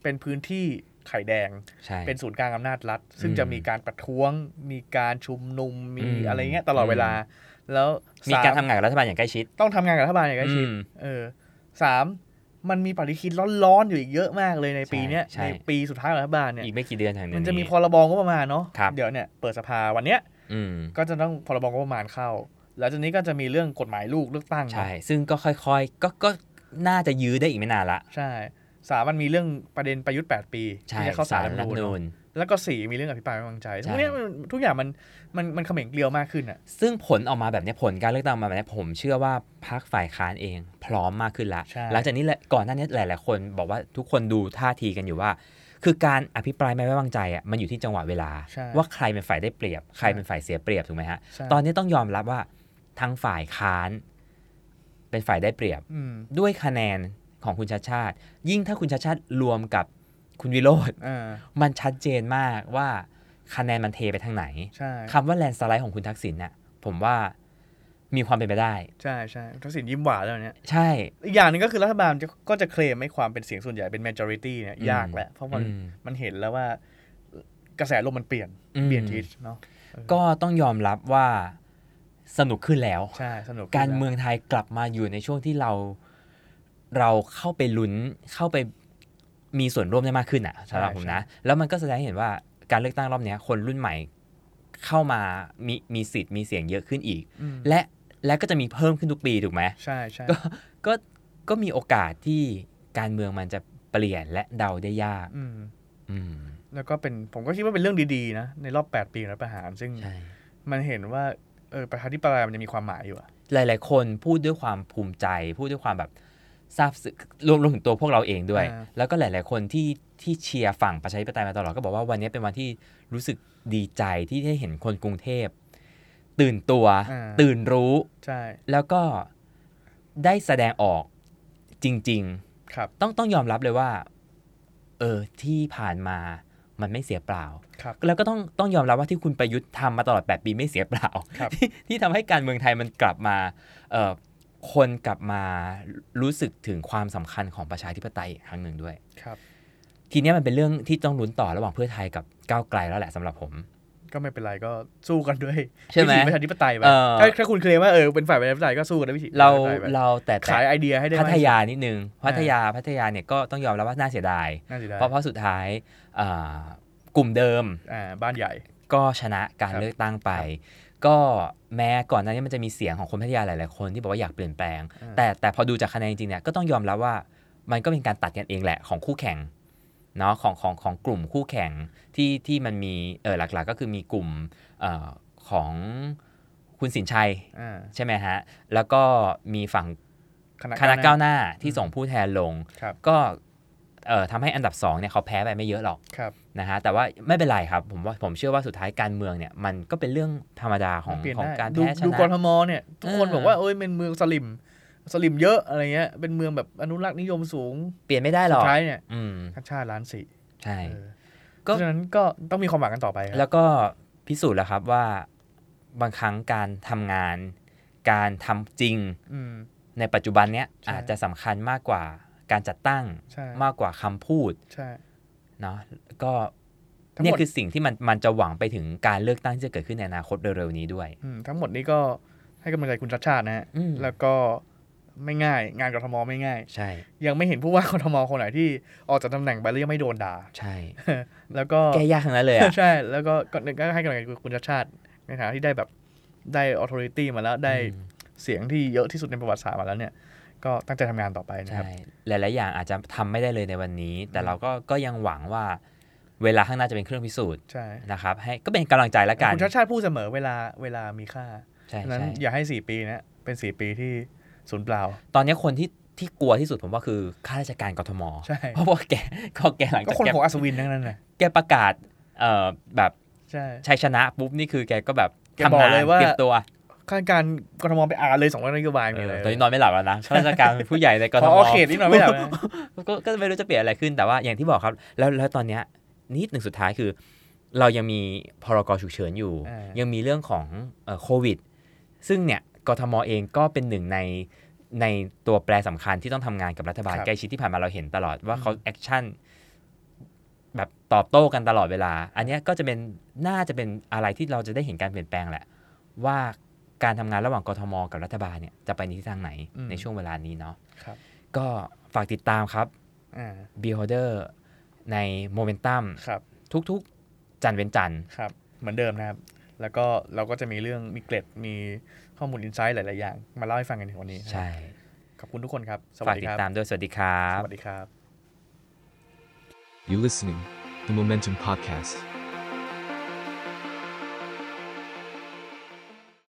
B: เป็นพื้นที่ไข่แดง
C: ใช่
B: เป็นศูนย์กลางอำนาจรัฐ ซึ่ง
C: อืม
B: จะมีการประท้วง มีการชุมนุม มี
C: อืม
B: อะไรเงี้ยตลอดเวลา แล้ว
C: มีการ
B: ส
C: ทำงานกับรัฐบาลอย่างใกล้ชิด
B: ต้องทำงานกับรัฐบาลอย่างใกล้ชิด
C: อืม
B: เออสามมันมีปฏิทินร้อนๆอยู่อีกเยอะมากเลยในปีเนี้ย
C: ใช่
B: ในปีสุดท้ายของรัฐบาลเนี่ย
C: อีกไม่กี่เดือนทางเดือ
B: มัน นจะมี
C: นี้
B: พรบงบประมาณเนาะ
C: ครับ
B: เดี๋ยวเนี่ยเปิดสภาวันเนี้ย
C: อืม
B: ก็จะต้องพรบงบประมาณเข้า แล้วจากนี้ก็จะมีเรื่องกฎหมายลูกเลือกตั้ง
C: ใช่ ซึ่งก็ค่อยๆ ก็ก็น่าจะยื้อได้อีกไม่นานละ
B: ใช่สามมันมีเรื่องประเด็นประยุทธ์แปดปี
C: ใช่
B: ที่จะเข้าสารรัฐธรร
C: ฐ
B: ม
C: ธม
B: นู
C: นู
B: ญ
C: ญ
B: แล้วก็สี่มีเรื่องอภิปรายไม่วางใจ
C: ใช่
B: ทุกเนี้ยมันทุกอย่างมันมันมันเขม่งเกลียวมากขึ้นอ่ะ
C: ซึ่งผลออกมาแบบเนี้ยผลการเลือกตั้งออกมาแบบเนี้ยผมเชื่อว่าพรรคฝ่ายค้านเองพร้อมมากขึ้นละ
B: ใช่
C: หลังจากนี้แหละก่อนหน้านี้หลาย ๆ คนบอกว่าทุกคนดูท่าทีกันอยู่ว่า คือการอภิปรายไม่ไว้วางใจอ่ะมันอยู่ที่จังหวะเวลา
B: ใช่
C: ว่าใครเป็นฝ่ายได้เปรียบ ใครเป็นฝ่ายเสียเปรียบถูกไหมฮะ
B: ใช่
C: ตอนนี้ต้องยอมรับว่าทางฝ่ายค้าน เป็นฝ่ายได้เปรียบ
B: อืม
C: ด้วยคะแนนของคุณชาติชาติ ยิ่งถ้าคุณชาติชาติรวมกับคุณวิโรธ
B: อ่า
C: มันชัดเจนมากว่าคะแนนมันเทไปทางไหน
B: ใช่
C: คำว่าแลนด์สไลด์ของคุณทักษิณน่ะผมว่ามีความเป็นไปได้
B: ใช่ใช่ทักษิณยิ้มหวานแล้วเนี้ย
C: ใช่
B: อีกอย่างหนึ่งก็คือรัฐบาลจะก็จะเคลมให้ความเป็นเสียงส่วนใหญ่เป็น majority เนี่ยยากแหละเพราะมัน
C: อืม
B: มันเห็นแล้วว่ากระแสลมมันเปลี่ยนเปลี่ยนทิศเนาะ
C: ก็ต้องยอมรับว่าสนุกขึ้นแล้ว
B: ใช่สนุก
C: การเมืองไทยกลับมาอยู่ในช่วงที่เรา เราเข้าไปลุ้นเข้าไป มีส่วนร่วมได้มากขึ้นอ่ะสำหรับ
B: ใช่
C: ผมนะ แล้วมันก็แสดงให้เห็นว่าการเลือกตั้งรอบเนี้ยคนรุ่นใหม่เข้ามามีมีสิทธิ์มีเสียงเยอะขึ้นอีก
B: อืม
C: และและก็จะมีเพิ่มขึ้นทุกปีถูกไหม
B: ใช่ใช่
C: ก็ ก็ก็มีโอกาสที่การเมืองมันจะเปลี่ยนและเดาได้ยาก
B: อืม
C: อืม
B: แล้วก็เป็นผมก็คิดว่าเป็นเรื่องดีๆนะ ในรอบ 8 ปีรัฐประหาร ซึ่ง
C: ใช่
B: มันเห็นว่าเออประชาธิปไตยมันจะมีความหมายอยู่อะ
C: หลาย ๆ คนพูดด้วยความภูมิใจ พูดด้วยความแบบซาบซึ้งรวมรวมถึงตัวพวกเราเองด้วย แล้วก็หลาย ๆ คนที่ที่เชียร์ฝั่งประชาธิปไตยมาตลอดก็บอกว่าวันนี้เป็นวันที่รู้สึกดีใจที่ได้เห็นคนกรุงเทพ ตื่นตัว ตื่นรู้
B: ใช่
C: แล้วก็ได้แสดงออกจริง
B: ครับ
C: ๆ ต้องต้องยอมรับเลยว่า เออที่ผ่านมามันไม่เสียเปล่า
B: ครับ
C: แล้วก็ต้องต้องยอมรับว่าที่คุณประยุทธ์ทำมาตลอด 8 ปีไม่เสียเปล่า
B: ครับ
C: ที่ที่ทำให้การเมืองไทยมันกลับมาเอ่อคนกลับมารู้สึกถึงความสำคัญของประชาธิปไตยอีกครั้งหนึ่งด้วย
B: ครับ
C: ทีเนี้ยมันเป็นเรื่องที่ต้องลุ้นต่อระหว่างเพื่อไทยกับก้าวไกลแล้วแหละสำหรับผม
B: ก็ไม่เป็นไรก็สู้กันด้วย
C: ใช่ไหม
B: วิธีประชาธิปไตยไป
C: เออ
B: ถ้าถ้าคุณเคลมว่าเออเป็นฝ่ายประชาธิปไตยก็สู้กันด้วยวิธี
C: เรา
B: ประชธิปไตยไป
C: เราแต่แต่
B: ขายไอเดียให้ได้ม
C: พั
B: ก
C: ท
B: ที่สุด
C: ยานิดนึงพัทยาพัทยาเนี่ยก็ต้องยอมรับว่าน่าเสียดาย
B: น่าจะได้
C: เพราะเพราะสุดท้ายเอ่อกลุ่มเดิม
B: อ่าบ้านใหญ่
C: ก็ชนะการ
B: ครับ
C: เลือกตั้งไป ก็แม้ก่อนหน้านี้มันจะมีเสียงของคนพัทยาหลาย ๆ คนที่บอกว่าอยากเปลี่ยนแปลง แต่แต่พอดูจากคะแนนจริงๆเนี่ยก็ต้องยอมรับว่ามันก็เป็นการตัดกันเองแหละของคู่แข่งเนาะของของของกลุ่มคู่แข่งที่ที่มันมีเออหลัก ๆ ก็คือมีกลุ่มเออของคุณสินชัย
B: อ่า
C: ใช่ไหมฮะ แล้วก็มีฝั่งคณะก้าวหน้าที่ส่งผู้แทนลง
B: ครับ
C: ก็เอ่อทำให้อันดับสองเนี่ยเขาแพ้ไปไม่เยอะหรอก
B: ครับ
C: นะฮะแต่ว่าไม่เป็นไรครับผมว่าผมเชื่อว่าสุดท้ายการเมืองเนี่ยมันก็เป็นเรื่องธรรมดาของ
B: เปลี่ยน
C: ของ
B: ได้
C: การ
B: ดู
C: แพ้ช
B: ดู
C: นะ
B: กรทมเนี่ย ทุกคน
C: เออ
B: บอกว่าเอ้ยเป็นเมืองสลิมสลิมเยอะอะไรเงี้ยเป็นเมืองแบบอนุรักษ์นิยมสูง
C: เปลี่ยนไม่ได้หร
B: สุ
C: อก
B: ดท้ายเนี่ย
C: อืม
B: ทั้งชาติล้านสี่
C: ใช่
B: เออเพ
C: ก็
B: ราะฉะนั้นก็ต้องมีความหวังกันต่อไปครับ
C: แล้วก็พิสูจน์แล้วครับว่าบางครั้งการทำงาน การทำจริง
B: อืม
C: ในปัจจุบันเนี้ย
B: ใช่
C: อาจจะสำคัญมากกว่าการจัดตั้ง
B: ใช่
C: มากกว่าคำพูด
B: ใช่
C: เนาะก็
B: ทั้งหมด
C: เนี่ยคือสิ่งที่มันมันจะหวังไปถึงการเลือกตั้งที่จะเกิดขึ้นในอนาคตเร็วๆนี้ด้วย
B: อืมทั้งหมดนี้ก็ให้กำลังใจคุณชัดชาตินะฮะ
C: อืม
B: แล้วก็ไม่ง่าย งานกรทมไม่ง่าย
C: ใช่
B: ยังไม่เห็นผู้ว่ากรทมคนไหนที่ออกจากตำแหน่งไปแล้วยังไม่โดนด่า
C: ใช่
B: แล้วก็
C: แก้ยากทั้งนั้นเลยอะ
B: ใช่ แล้วก็ก็ก็ให้กำลังใจคุณชัดชาติในฐานะที่ได้แบบได้ออโ o ริตี้มาแล้วได้เสียงที่เยอะที่สุดในประวัติศาสตร์มาแล้วเนี่ย ก็ตั้งใจทำงานต่อไปนะค
C: ใช่
B: รับ
C: หลาย ๆ อย่างอาจจะทำไม่ได้เลยในวันนี้ แต่เราก็ก็ยังหวังว่าเวลาข้างหน้าจะเป็นเครื่องพิสูจน์
B: ใช่
C: นะครับให้ก็เป็นกำลังใจแล้วกัน
B: คุณชัดชาติพูดเสมอเวลาเวลามีค่า
C: ใช่
B: ฉะนั้น
C: ใช่
B: อย่าให้สี่ปีนะเป็นสี่ปีที่ศูนย์เปล่า
C: ตอนนี้คนที่ที่กลัวที่สุดผมว่าคือข้าราชการกทม
B: ใช่
C: เพราะ <laughs> ว่าแกก็แกหลัง
B: ก็
C: จาก
B: คน
C: แก
B: ของอัศวินทั้งนั้นนะ
C: แกประกาศเอ่อแบบ
B: ใช่
C: ชัยชนะปุ๊บนี่คือแกก็แบบ
B: แกบ
C: ทำ
B: อก
C: งาน
B: เลยว่า
C: เตรียมตัว
B: ข้าราชการกรทมไปอ่านเลยสองนโยบาย
C: เอ
B: มีอะไร
C: อตอนนี้นอนไม่หลับแล้วนะข้าราชการเป็นผู้ใหญ่ในกท
B: พ
C: ม
B: อเขตนิดหน่อยไม่ได้ไหม
C: ก็ก็ไม่รู้จะเปลี่ยนอะไรขึ้นแต่ว่าอย่างที่บอกครับ แล้วแล้วตอนเนี้ยนิดหนึ่งสุดท้ายคือ เรายังมีพรกฉุกเฉินอยู่
B: อ่ายั
C: ยังมีเรื่องของเอ่อโควิด ซึ่งเนี่ยกทมเองก็เป็นหนึ่งในในตัวแปรสำคัญที่ต้องทำงานกับรัฐบาลใกล้ชิดที่ผ่านมาเราเห็นตลอดว่าเขาแอคชั่นแบบตอบโต้กันตลอดเวลา อันเนี้ยก็จะเป็นน่าจะเป็นอะไรที่เราจะได้เห็นการเปลี่ยนแปลงแหละ ว่าการทำงานระหว่างกทม กับรัฐบาลเนี่ยจะไปในทิศทางไหน
B: อืม
C: ในช่วงเวลานี้เนาะ
B: ครับ
C: ก็ฝากติดตามครับ
B: อ่า
C: Beholder ใน Momentum
B: ครับ
C: ทุกๆ จันทร์เว้นจันทร์
B: ครับ เหมือนเดิมนะครับ แล้วก็เราก็จะมีเรื่องมีเกร็ดมีข้อมูลอินไซต์หลาย ๆ อย่าง มาเล่าให้ฟังกันในวันนี้นะครับ
C: ใช่
B: ขอบคุณทุกคนครับ ส
C: ฝา
B: วัส
C: ก
B: ดี
C: ติ
B: ค
C: ด
B: รับ
C: ตามด้วย สวัสดีครับ
B: สวัสดีครับ
A: You listening, the Momentum Podcast.